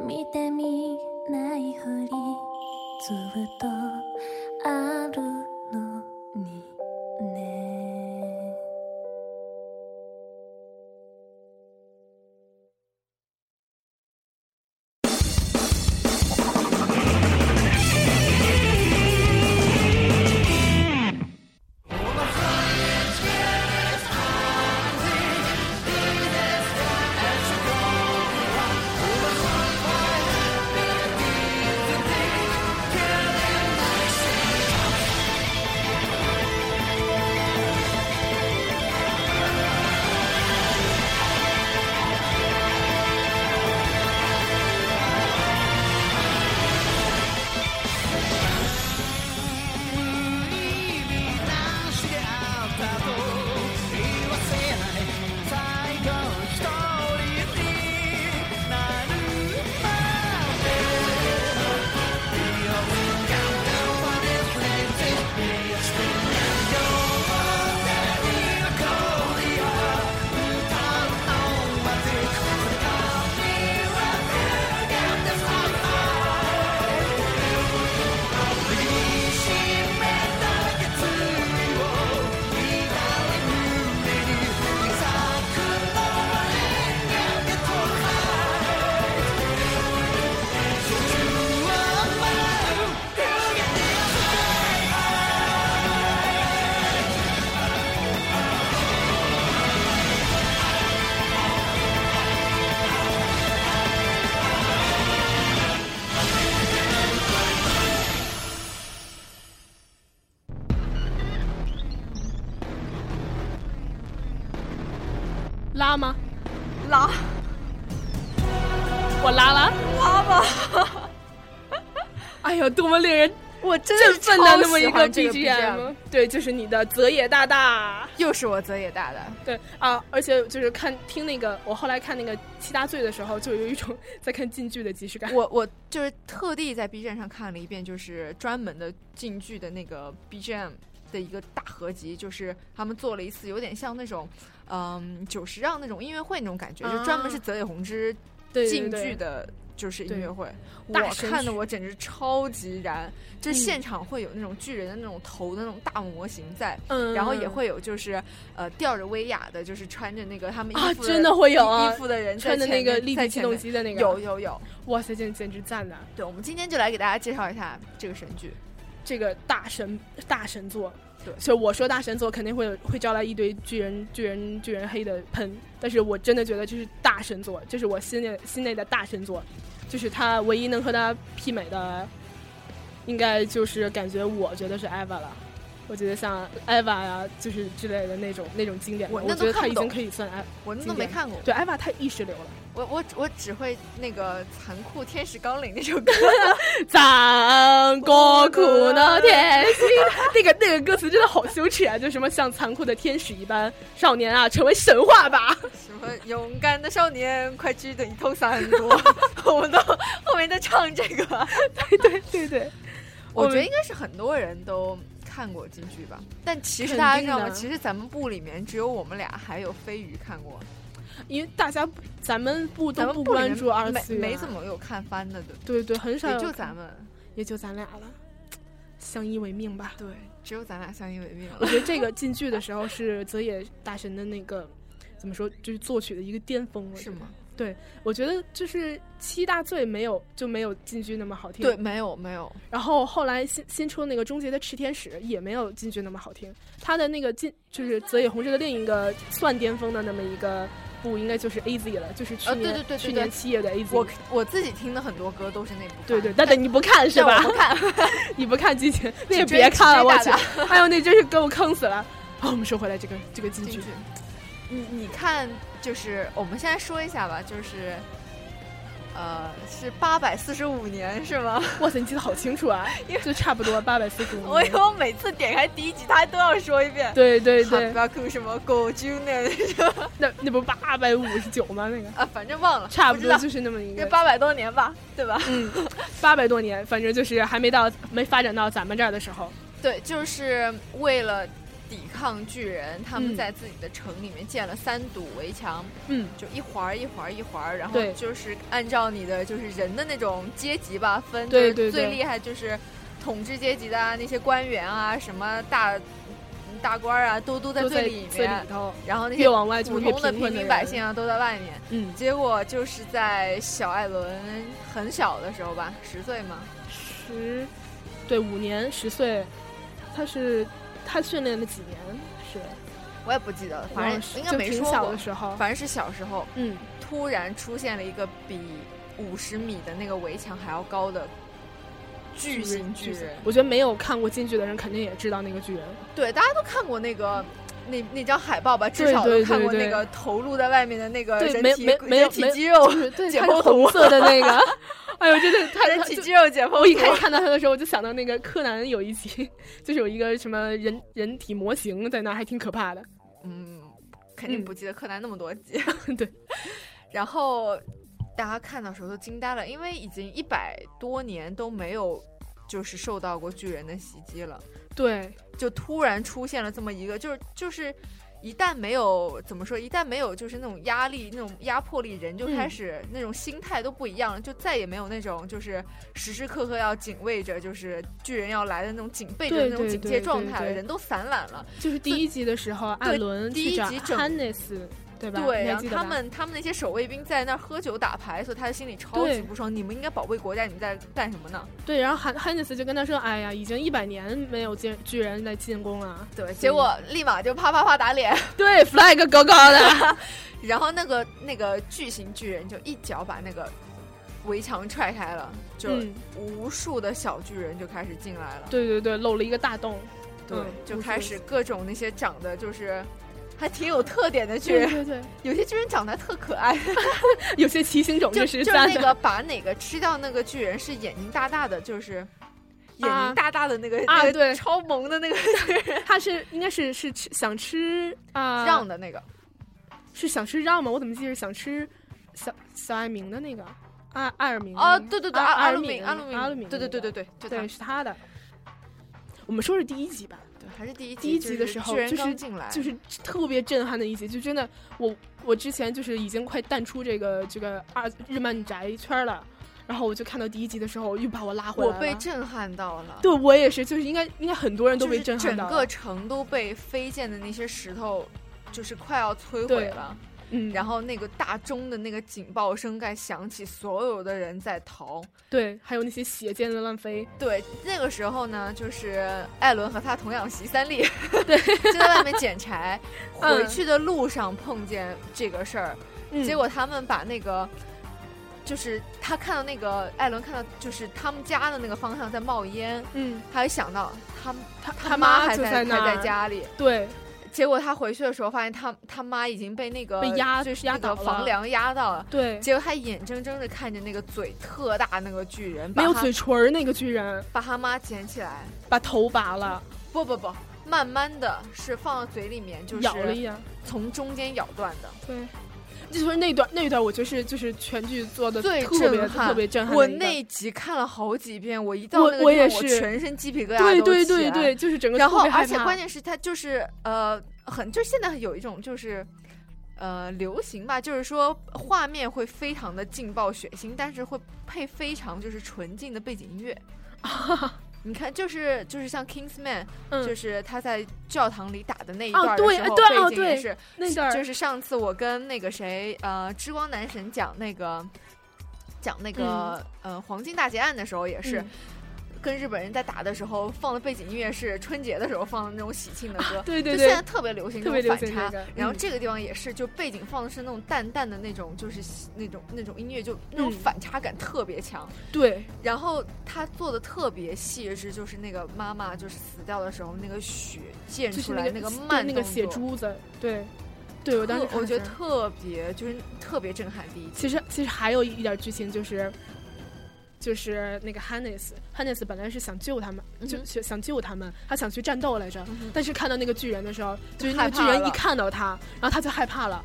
Speaker 11: 見てみないふりずっとあるのにね
Speaker 8: 拉吗？
Speaker 7: 拉，
Speaker 8: 我拉了，
Speaker 7: 拉吧。
Speaker 8: 哎呦，多么令人
Speaker 7: 我真的
Speaker 8: 振奋的那么一
Speaker 7: 个
Speaker 8: BGM，对，就是你的泽野大大，
Speaker 7: 又是我泽野大大，
Speaker 8: 对啊，而且就是看听那个，我后来看那个《七大罪》的时候，就有一种 在看晋剧的即视感。
Speaker 7: 我我就是特地在 B 站上看了一遍，就是专门的进剧的那个 BGM 的一个大合集，就是他们做了一次有点像那种，嗯，九十让那种音乐会那种感觉，
Speaker 8: 啊
Speaker 7: 就专门是泽野弘之
Speaker 8: 对对
Speaker 7: 进
Speaker 8: 对
Speaker 7: 剧的。就是音乐会，
Speaker 8: 大
Speaker 7: 我
Speaker 8: 神
Speaker 7: 看的
Speaker 8: 曲
Speaker 7: 我简直超级燃，就
Speaker 8: 嗯
Speaker 7: 现场会有那种巨人的那种头的那种大模型在，
Speaker 8: 嗯
Speaker 7: 然后也
Speaker 8: 嗯
Speaker 7: 会有就是呃吊着威亚的，就是穿着那个他们
Speaker 8: 啊
Speaker 7: 衣服，
Speaker 8: 真的会有啊
Speaker 7: 衣服的人在
Speaker 8: 穿的
Speaker 7: 前
Speaker 8: 那个
Speaker 7: 面
Speaker 8: 立
Speaker 7: 在
Speaker 8: 体机
Speaker 7: 前
Speaker 8: 动
Speaker 7: 面
Speaker 8: 机的那个，啊
Speaker 7: 有有有，
Speaker 8: 哇塞，简简直赞啊呐！
Speaker 7: 对，我们今天就来给大家介绍一下这个神剧。
Speaker 8: 这个大神大神作。
Speaker 7: 对
Speaker 8: 所以我说大神作肯定会有会招来一堆巨人、巨人、巨人黑的喷，但是我真的觉得这是大神作，这是我心内心内的大神作。就是他唯一能和他媲美的，应该就是感觉我觉得是艾娃了。我觉得像艾娃呀，就是之类的那种那种经典的，
Speaker 7: 我
Speaker 8: 我
Speaker 7: 那都
Speaker 8: 觉得他
Speaker 7: 看
Speaker 8: 已
Speaker 7: 不懂
Speaker 8: 经可以算艾，
Speaker 7: 我那都
Speaker 8: 经典
Speaker 7: 没看过
Speaker 8: 对，艾娃太意识流了。
Speaker 7: 我我我只会那个《残酷天使纲领》那首 歌，
Speaker 8: 残酷苦的天心， 那个那个歌词真的好羞耻啊！就什么像残酷的天使一般，少年啊，成为神话吧。
Speaker 7: 什么勇敢的少年，快去的一头三 国，我们都后面在唱这个。
Speaker 8: 对对对对，
Speaker 7: 我
Speaker 8: 我
Speaker 7: 觉得
Speaker 8: 们
Speaker 7: 应该是很多人都看过京剧吧，但其实
Speaker 8: 肯
Speaker 7: 大家
Speaker 8: 定
Speaker 7: 知道吗？
Speaker 8: 的
Speaker 7: 其实咱们部里面只有我们俩还有飞鱼看过，
Speaker 8: 因为大家不咱们不
Speaker 7: 咱
Speaker 8: 都
Speaker 7: 们
Speaker 8: 不
Speaker 7: 部里面
Speaker 8: 关注二次元，啊
Speaker 7: 没没怎么有看番的，对不
Speaker 8: 对对，很少
Speaker 7: 也
Speaker 8: 有
Speaker 7: 就
Speaker 8: 看
Speaker 7: 咱们，
Speaker 8: 也就咱俩了，相依为命吧。
Speaker 7: 对，只有咱俩相依为命
Speaker 8: 我
Speaker 7: 了。
Speaker 8: 觉得这个进剧的时候是泽野大神的那个怎么说，就是作曲的一个巅峰了，是
Speaker 7: 吗？
Speaker 8: 对，我觉得就是七大罪没有就没有进剧那么好听，
Speaker 7: 对，没有没有，
Speaker 8: 然后后来新新出那个终结的炽天使也没有进去那么好听，他的那个进就是泽野弘之的另一个算巅峰的那么一个部，应该就是 A Z 了，就是去
Speaker 7: 呃，
Speaker 8: 年、
Speaker 7: 对对对对对，
Speaker 8: 去年七月的 A Z。
Speaker 7: 我我自己听的很多歌都是那部番。
Speaker 8: 对 对，但但你不看是吧？
Speaker 7: 但我不 看，
Speaker 8: 你不看剧情，那也
Speaker 7: 追
Speaker 8: 别看了，
Speaker 7: 追
Speaker 8: 我
Speaker 7: 大
Speaker 8: 去
Speaker 7: 的，
Speaker 8: 哎呦，那真是给我坑死了。好，我们说回来这个这个进去，
Speaker 7: 你你看，就是我们现在说一下吧，就是，呃，是八百四十五年是吗？
Speaker 8: 哇塞，你记得好清楚啊，就差不多八百四十五。
Speaker 7: 我以为我每次点开第一集，他都要说一遍。啊
Speaker 8: 对对对
Speaker 7: 不要哭什么狗军那
Speaker 8: 那那不八百五十九吗？那个
Speaker 7: 啊，反正忘了，
Speaker 8: 差不
Speaker 7: 不知
Speaker 8: 多
Speaker 7: 道
Speaker 8: 就是那么一个
Speaker 7: 这八百多年吧，对吧？
Speaker 8: 嗯， 八百多年，反正就是还没到没发展到咱们这儿的时候。
Speaker 7: 对，就是为了抵抗巨人，他们
Speaker 8: 嗯
Speaker 7: 在自己的城里面建了三堵围墙，
Speaker 8: 嗯，
Speaker 7: 就一环儿一环儿一环儿，然后
Speaker 8: 对
Speaker 7: 就是按照你的就是人的那种阶级吧分，
Speaker 8: 对
Speaker 7: 就是
Speaker 8: 对
Speaker 7: 最
Speaker 8: 对
Speaker 7: 厉害就是统治阶级的啊，那些官员啊，什么大大官儿啊，都都在
Speaker 8: 都
Speaker 7: 最
Speaker 8: 在
Speaker 7: 里
Speaker 8: 最
Speaker 7: 面
Speaker 8: 里头，
Speaker 7: 然后那些
Speaker 8: 越往外就
Speaker 7: 普
Speaker 8: 是越
Speaker 7: 通的
Speaker 8: 贫
Speaker 7: 平
Speaker 8: 困的
Speaker 7: 民百
Speaker 8: 人
Speaker 7: 姓啊都在外面，
Speaker 8: 嗯
Speaker 7: 结果就是在小艾伦很小的时候吧，十岁嘛，
Speaker 8: 十，对，五年十岁，他是他训练了几年？是，
Speaker 7: 我也不记得了，反正
Speaker 8: 忘了
Speaker 7: 应该没
Speaker 8: 哦就挺
Speaker 7: 说
Speaker 8: 小
Speaker 7: 过
Speaker 8: 的。时候，
Speaker 7: 反正是小时候，
Speaker 8: 嗯，
Speaker 7: 突然出现了一个比五十米的那个围墙还要高的巨型巨人。
Speaker 8: 我觉得没有看过进去的人肯定也知道那个巨人。
Speaker 7: 对，大家都看过那个那那张海报吧，至
Speaker 8: 对
Speaker 7: 少都
Speaker 8: 对
Speaker 7: 看
Speaker 8: 对
Speaker 7: 过那
Speaker 8: 对
Speaker 7: 个头露在外面的那个
Speaker 8: 对
Speaker 7: 人
Speaker 8: 没
Speaker 7: 体
Speaker 8: 没没有
Speaker 7: 人体
Speaker 8: 没有
Speaker 7: 肌肉
Speaker 8: 就是对
Speaker 7: 解
Speaker 8: 它是
Speaker 7: 剖
Speaker 8: 红
Speaker 7: 图
Speaker 8: 色的那个哎呦，真的太
Speaker 7: 人体
Speaker 8: 就
Speaker 7: 肌肉解剖
Speaker 8: 我一
Speaker 7: 图
Speaker 8: 开始看到他的时候，我就想到那个柯南有一集， 就是有一个什么人人体模型在那儿，还挺可怕的。
Speaker 7: 嗯，肯定不记得柯南那么多集。
Speaker 8: 对，
Speaker 7: 然后大家看到时候都惊呆了，因为已经一百多年都没有就是受到过巨人的袭击了。
Speaker 8: 对，
Speaker 7: 就突然出现了这么一个，就是就是。一旦没有怎么说，一旦没有就是那种压力、那种压迫力，人就
Speaker 8: 嗯
Speaker 7: 开始那种心态都不一样了，就再也没有那种就是时时刻刻要警卫着，就是巨人要来的那种警备着的
Speaker 8: 对
Speaker 7: 那种
Speaker 8: 对
Speaker 7: 警
Speaker 8: 对
Speaker 7: 戒
Speaker 8: 对
Speaker 7: 状态了，
Speaker 8: 对
Speaker 7: 人都散懒了。
Speaker 8: 就是第一集的时候，
Speaker 7: 对
Speaker 8: 艾伦
Speaker 7: 第一
Speaker 8: 去找
Speaker 7: 集整
Speaker 8: Hannes，对吧？
Speaker 7: 对，
Speaker 8: 你还
Speaker 7: 然后
Speaker 8: 记得
Speaker 7: 他
Speaker 8: 吧
Speaker 7: 们他们那些守卫兵在那儿喝酒打牌，所以他的心里超级
Speaker 8: 对
Speaker 7: 不爽。你们应该保卫国家，你们在干什么呢？
Speaker 8: 对，然后汉汉尼斯就跟他说：“哎呀，已经一百年没有进巨人来进攻了。”
Speaker 7: 对，结果立马就啪啪啪打脸。
Speaker 8: 对 flag 高高的，
Speaker 7: 然后那个那个巨型巨人就一脚把那个围墙踹开了，就
Speaker 8: 嗯
Speaker 7: 无数的小巨人就开始进来了。
Speaker 8: 对对对，漏了一个大洞。
Speaker 7: 对
Speaker 8: 嗯
Speaker 7: 就开始各种那些长得就是还挺有特点的巨
Speaker 8: 对
Speaker 7: 人，
Speaker 8: 对对，
Speaker 7: 有些巨人长得还特可爱，
Speaker 8: 有些奇形种
Speaker 7: 就
Speaker 8: 是
Speaker 7: 就是
Speaker 8: 三
Speaker 7: 那个把哪个吃掉那个巨人是眼睛大大的，就是。眼睛大大的那个
Speaker 8: 啊
Speaker 7: 那个
Speaker 8: 对
Speaker 7: 超萌的那个
Speaker 8: 他是应该是是吃想吃啊、
Speaker 7: 让的那个，
Speaker 8: 是想吃让吗？我怎么记得是想吃小小爱明的那个艾艾尔明的
Speaker 7: 啊
Speaker 8: 那个
Speaker 7: 对对对
Speaker 8: 啊
Speaker 7: 阿
Speaker 8: 艾
Speaker 7: 阿鲁
Speaker 8: 明
Speaker 7: 明阿鲁明
Speaker 8: 阿鲁明
Speaker 7: 对
Speaker 8: 的那
Speaker 7: 对
Speaker 8: 个
Speaker 7: 对对对就他
Speaker 8: 对是他的。我们说是第一集吧，
Speaker 7: 对，还是第一集
Speaker 8: 第一集
Speaker 7: 就
Speaker 8: 的
Speaker 7: 是
Speaker 8: 时候
Speaker 7: 巨人
Speaker 8: 就
Speaker 7: 刚
Speaker 8: 是
Speaker 7: 进来
Speaker 8: 就是特别震撼的一集，就真的我我之前就是已经快淡出这个这个二日漫宅圈了，然后我就看到第一集的时候又把我拉回来
Speaker 7: 我
Speaker 8: 了，
Speaker 7: 被震撼到了，
Speaker 8: 对我也是，就是应该应该很多人都被震撼
Speaker 7: 整
Speaker 8: 到
Speaker 7: 个
Speaker 8: 了，
Speaker 7: 城都被飞溅的那些石头，就是快要摧毁了。
Speaker 8: 嗯，
Speaker 7: 然后那个大钟的那个警报声在响起，所有的人在逃。
Speaker 8: 对，还有那些血溅的乱飞，
Speaker 7: 对，那个时候呢，就是艾伦和他同养媳三丽， 对，就在外面 捡柴，
Speaker 8: 嗯
Speaker 7: 回去的路上碰见这个事儿，
Speaker 8: 嗯
Speaker 7: 结果他们把那个。就是他看到那个艾伦看到就是他们家的那个方向在冒烟，嗯，他就想到他他
Speaker 8: 他
Speaker 7: 妈
Speaker 8: 妈
Speaker 7: 还
Speaker 8: 就
Speaker 7: 在
Speaker 8: 在那
Speaker 7: 还在
Speaker 8: 儿
Speaker 7: 家里，
Speaker 8: 对。
Speaker 7: 结果他回去的时候，发现他他妈已经被那个
Speaker 8: 被压
Speaker 7: 呃就是
Speaker 8: 压
Speaker 7: 那个
Speaker 8: 倒了
Speaker 7: 房梁压到了。
Speaker 8: 对
Speaker 7: 结果他眼睁睁的看着那个嘴特大那个巨人，
Speaker 8: 没有
Speaker 7: 把他
Speaker 8: 嘴唇儿那个巨人，
Speaker 7: 把他妈捡起来，
Speaker 8: 把头拔了，
Speaker 7: 不不不，慢慢的是放到嘴里面，就是
Speaker 8: 咬了一下，
Speaker 7: 从中间咬断的。
Speaker 8: 对，就是那段那一段，我觉得是就是全剧做的
Speaker 7: 最
Speaker 8: 特别
Speaker 7: 震撼
Speaker 8: 特别震撼
Speaker 7: 我
Speaker 8: 的一段。
Speaker 7: 那一集看了好几遍，我一到
Speaker 8: 我
Speaker 7: 那个地方
Speaker 8: 我也是
Speaker 7: 全身鸡皮疙瘩
Speaker 8: 对
Speaker 7: 都
Speaker 8: 对
Speaker 7: 起来
Speaker 8: 对对就是整个
Speaker 7: 然
Speaker 8: 特
Speaker 7: 后
Speaker 8: 别害
Speaker 7: 而且
Speaker 8: 怕
Speaker 7: 关键是它就是呃很就现在有一种就是。呃，流行吧，就是说画面会非常的劲爆血腥，但是会配非常就是纯净的背景 音乐。你看，就是就是像 Kingsman，、就是
Speaker 8: 嗯
Speaker 7: 他在教堂里打的那一
Speaker 8: 哦
Speaker 7: 段的
Speaker 8: 对
Speaker 7: 时
Speaker 8: 哎
Speaker 7: 候，
Speaker 8: 对哦
Speaker 7: 背景也
Speaker 8: 对
Speaker 7: 是
Speaker 8: 那段儿
Speaker 7: 就是上次我跟那个谁呃，之光男神讲那个讲那个、呃黄金大劫案的时候，也是、
Speaker 8: 嗯
Speaker 7: 跟日本人在打的时候放的背景音乐是春节的时候放的那种喜庆的歌，
Speaker 8: 啊对对
Speaker 7: 就
Speaker 8: 对
Speaker 7: 现在特别流行
Speaker 8: 特
Speaker 7: 这
Speaker 8: 别
Speaker 7: 种
Speaker 8: 流
Speaker 7: 反
Speaker 8: 行
Speaker 7: 差
Speaker 8: 这个。
Speaker 7: 然后
Speaker 8: 嗯
Speaker 7: 这个地方也是，就背景放的是那种淡淡的那种，就是那种那种音乐，就那种
Speaker 8: 嗯
Speaker 7: 反差感特别强。
Speaker 8: 对，
Speaker 7: 然后他做的特别细致，就是那个妈妈就是死掉的时候，那个血溅
Speaker 8: 就是
Speaker 7: 出
Speaker 8: 那
Speaker 7: 来
Speaker 8: 个
Speaker 7: 个
Speaker 8: 对
Speaker 7: 慢
Speaker 8: 那个
Speaker 7: 动
Speaker 8: 血
Speaker 7: 作
Speaker 8: 珠子，对，对我当时
Speaker 7: 特我
Speaker 8: 看
Speaker 7: 觉
Speaker 8: 是
Speaker 7: 得特别就是特别震撼。第一集
Speaker 8: 其实其实还有一点剧情就是，就是那个 Hannes，Hannes 本来是想救他们，
Speaker 7: 嗯
Speaker 8: 就就想救他们，他想去战斗来着，但是看到那个巨人的时候，就是那
Speaker 7: 害
Speaker 8: 个巨
Speaker 7: 怕
Speaker 8: 人
Speaker 7: 了
Speaker 8: 一看到他，然后他就害怕了。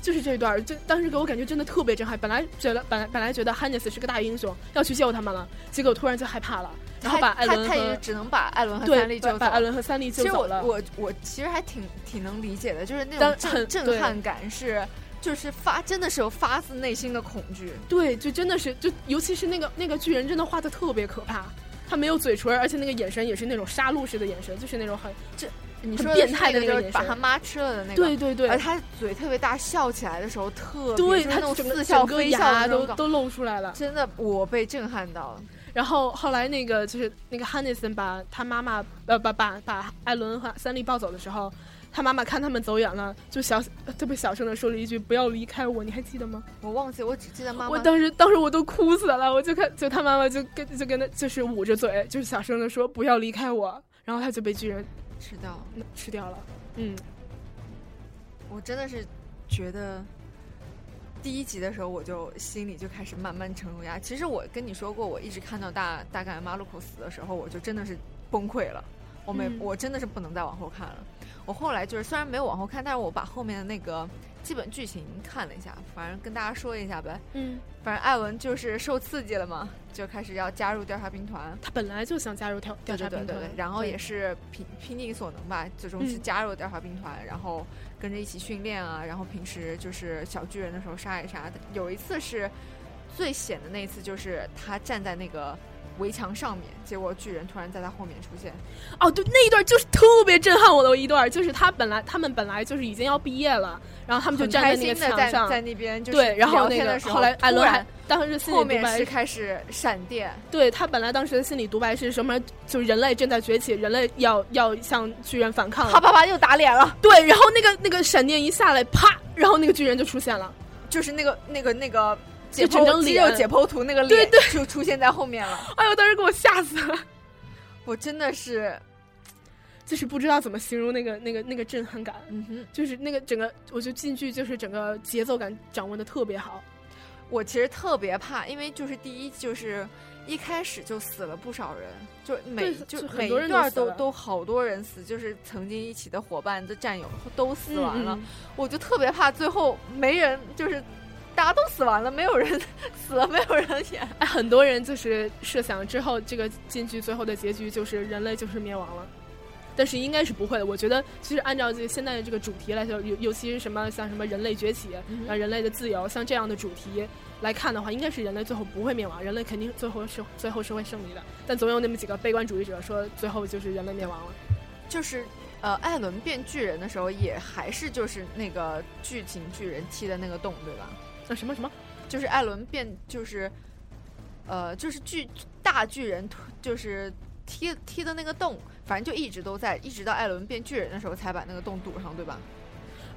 Speaker 8: 就是这一段儿，就当时给我感觉真的特别震撼。本来觉得，本来本来觉得 Hannes 是个大英雄，要去救他们了，结果突然就害怕了，然后把艾
Speaker 7: 他他
Speaker 8: 伦
Speaker 7: 他
Speaker 8: 和
Speaker 7: 也只能把艾伦和
Speaker 8: 对
Speaker 7: 三笠
Speaker 8: 把
Speaker 7: 救走，
Speaker 8: 把艾伦和三笠救
Speaker 7: 其实
Speaker 8: 走
Speaker 7: 我
Speaker 8: 了
Speaker 7: 我我其实还挺挺能理解的，就是那
Speaker 8: 但
Speaker 7: 种震
Speaker 8: 很
Speaker 7: 震
Speaker 8: 对
Speaker 7: 撼感是，就是发真的是有发自内心的恐惧。
Speaker 8: 对，就真的是，就尤其是那个那个巨人，真的画的特别可怕。他没有嘴唇，而且那个眼神也是那种杀戮式的眼神，就是那种很
Speaker 7: 这你
Speaker 8: 很
Speaker 7: 说的
Speaker 8: 变
Speaker 7: 是
Speaker 8: 态
Speaker 7: 那
Speaker 8: 的那
Speaker 7: 个就
Speaker 8: 个
Speaker 7: 是
Speaker 8: 眼
Speaker 7: 把
Speaker 8: 神
Speaker 7: 他妈吃了的那个，
Speaker 8: 对对对
Speaker 7: 而他嘴特别大，笑起来的时候特别，
Speaker 8: 对
Speaker 7: 就是
Speaker 8: 他
Speaker 7: 那种
Speaker 8: 整个
Speaker 7: 似笑
Speaker 8: 整个
Speaker 7: 非笑
Speaker 8: 牙
Speaker 7: 的那种
Speaker 8: 都
Speaker 7: 感
Speaker 8: 都露出来了，
Speaker 7: 真的我被震撼到了。
Speaker 8: 然后后来那个就是那个 Hannison 把他妈妈呃把把把艾伦和三笠抱走的时候，他妈妈看他们走远了，就小特别小声的说了一句“不要离开我”，你还记得吗？
Speaker 7: 我忘记，我只记得妈妈。
Speaker 8: 我当时当时我都哭死了，我就看就他妈妈就跟就跟他就是捂着嘴，就是小声的说不要离开我，然后他就被巨人
Speaker 7: 吃掉
Speaker 8: 吃掉了。嗯，
Speaker 7: 我真的是觉得第一集的时候，我就心里就开始慢慢承受压力。其实我跟你说过，我一直看到大大概马鲁库死的时候，我就真的是崩溃了。我没，
Speaker 8: 嗯
Speaker 7: 我真的是不能再往后看了。我后来就是虽然没有往后看，但是我把后面的那个基本剧情看了一下，反正跟大家说一下呗。
Speaker 8: 嗯，
Speaker 7: 反正艾文就是受刺激了嘛，就开始要加入调查兵团。
Speaker 8: 他本来就想加入调调
Speaker 7: 对
Speaker 8: 查
Speaker 7: 对对
Speaker 8: 兵
Speaker 7: 对
Speaker 8: 团，
Speaker 7: 对，然后也是拼拼尽所能吧，最终是
Speaker 8: 嗯
Speaker 7: 加入调查兵团，然后跟着一起训练啊，然后平时就是小巨人的时候杀一杀。有一次是最险的那一次，就是他站在那个围墙上面，结果巨人突然在他后面出现，
Speaker 8: 哦，对，那一段就是特别震撼我的一段，就是他本来他们本来就是已经要毕业了，然后他们就
Speaker 7: 很
Speaker 8: 站
Speaker 7: 开
Speaker 8: 在那个
Speaker 7: 心地
Speaker 8: 墙
Speaker 7: 在
Speaker 8: 上，
Speaker 7: 在那边就是
Speaker 8: 对，然后
Speaker 7: 聊
Speaker 8: 那
Speaker 7: 天
Speaker 8: 个
Speaker 7: 的时候
Speaker 8: 后来艾伦
Speaker 7: 突
Speaker 8: 还
Speaker 7: 然
Speaker 8: 当时心里
Speaker 7: 后
Speaker 8: 独
Speaker 7: 面
Speaker 8: 白
Speaker 7: 是开始闪电，
Speaker 8: 对他本来当时的心理独白是什么？就是人类正在崛起，人类要要向巨人反抗了。
Speaker 7: 啪啪啪又打脸了。
Speaker 8: 对，然后那个那个闪电一下来，啪，然后那个巨人就出现了。
Speaker 7: 就是那个那个那个解
Speaker 8: 就整张
Speaker 7: 剖肌肉
Speaker 8: 脸
Speaker 7: 解剖图那个
Speaker 8: 对
Speaker 7: 脸就出现在后面了。
Speaker 8: 哎呦，当时给我吓死了！
Speaker 7: 我真的是，
Speaker 8: 就是不知道怎么形容那个那个那个震撼感。
Speaker 7: 嗯哼，
Speaker 8: 就是那个整个，我觉得进去就是整个节奏感掌握的特别好。
Speaker 7: 我其实特别怕，因为就是第一就是一开始就死了不少人，就每
Speaker 8: 对
Speaker 7: 就
Speaker 8: 就很
Speaker 7: 每一
Speaker 8: 多人
Speaker 7: 段
Speaker 8: 都死
Speaker 7: 都
Speaker 8: 了
Speaker 7: 都好多人死，就是曾经一起的伙伴的战友都死完了，
Speaker 8: 嗯嗯
Speaker 7: 我就特别怕最后没人就是。大家都死完了，没有人 死了，没有人演。
Speaker 8: 哎，很多人就是设想之后这个进剧最后的结局就是人类就是灭亡了，但是应该是不会的。我觉得其实按照这个现在的这个主题来说，尤尤其是什么像什么人类崛起
Speaker 7: 嗯、
Speaker 8: 啊、人类的自由，像这样的主题来看的话，应该是人类最后不会灭亡，人类肯定最后是最后是会胜利的。但总有那么几个悲观主义者说最后就是人类灭亡了。
Speaker 7: 就是呃，艾伦变巨人的时候，也还是就是那个巨型巨人踢的那个洞，对吧？
Speaker 8: 那、什么什么？
Speaker 7: 就是艾伦变就是，呃，就是巨大巨人突就是踢踢的那个洞，反正就一直都在，一直到艾伦变巨人的时候才把那个洞堵上，对吧？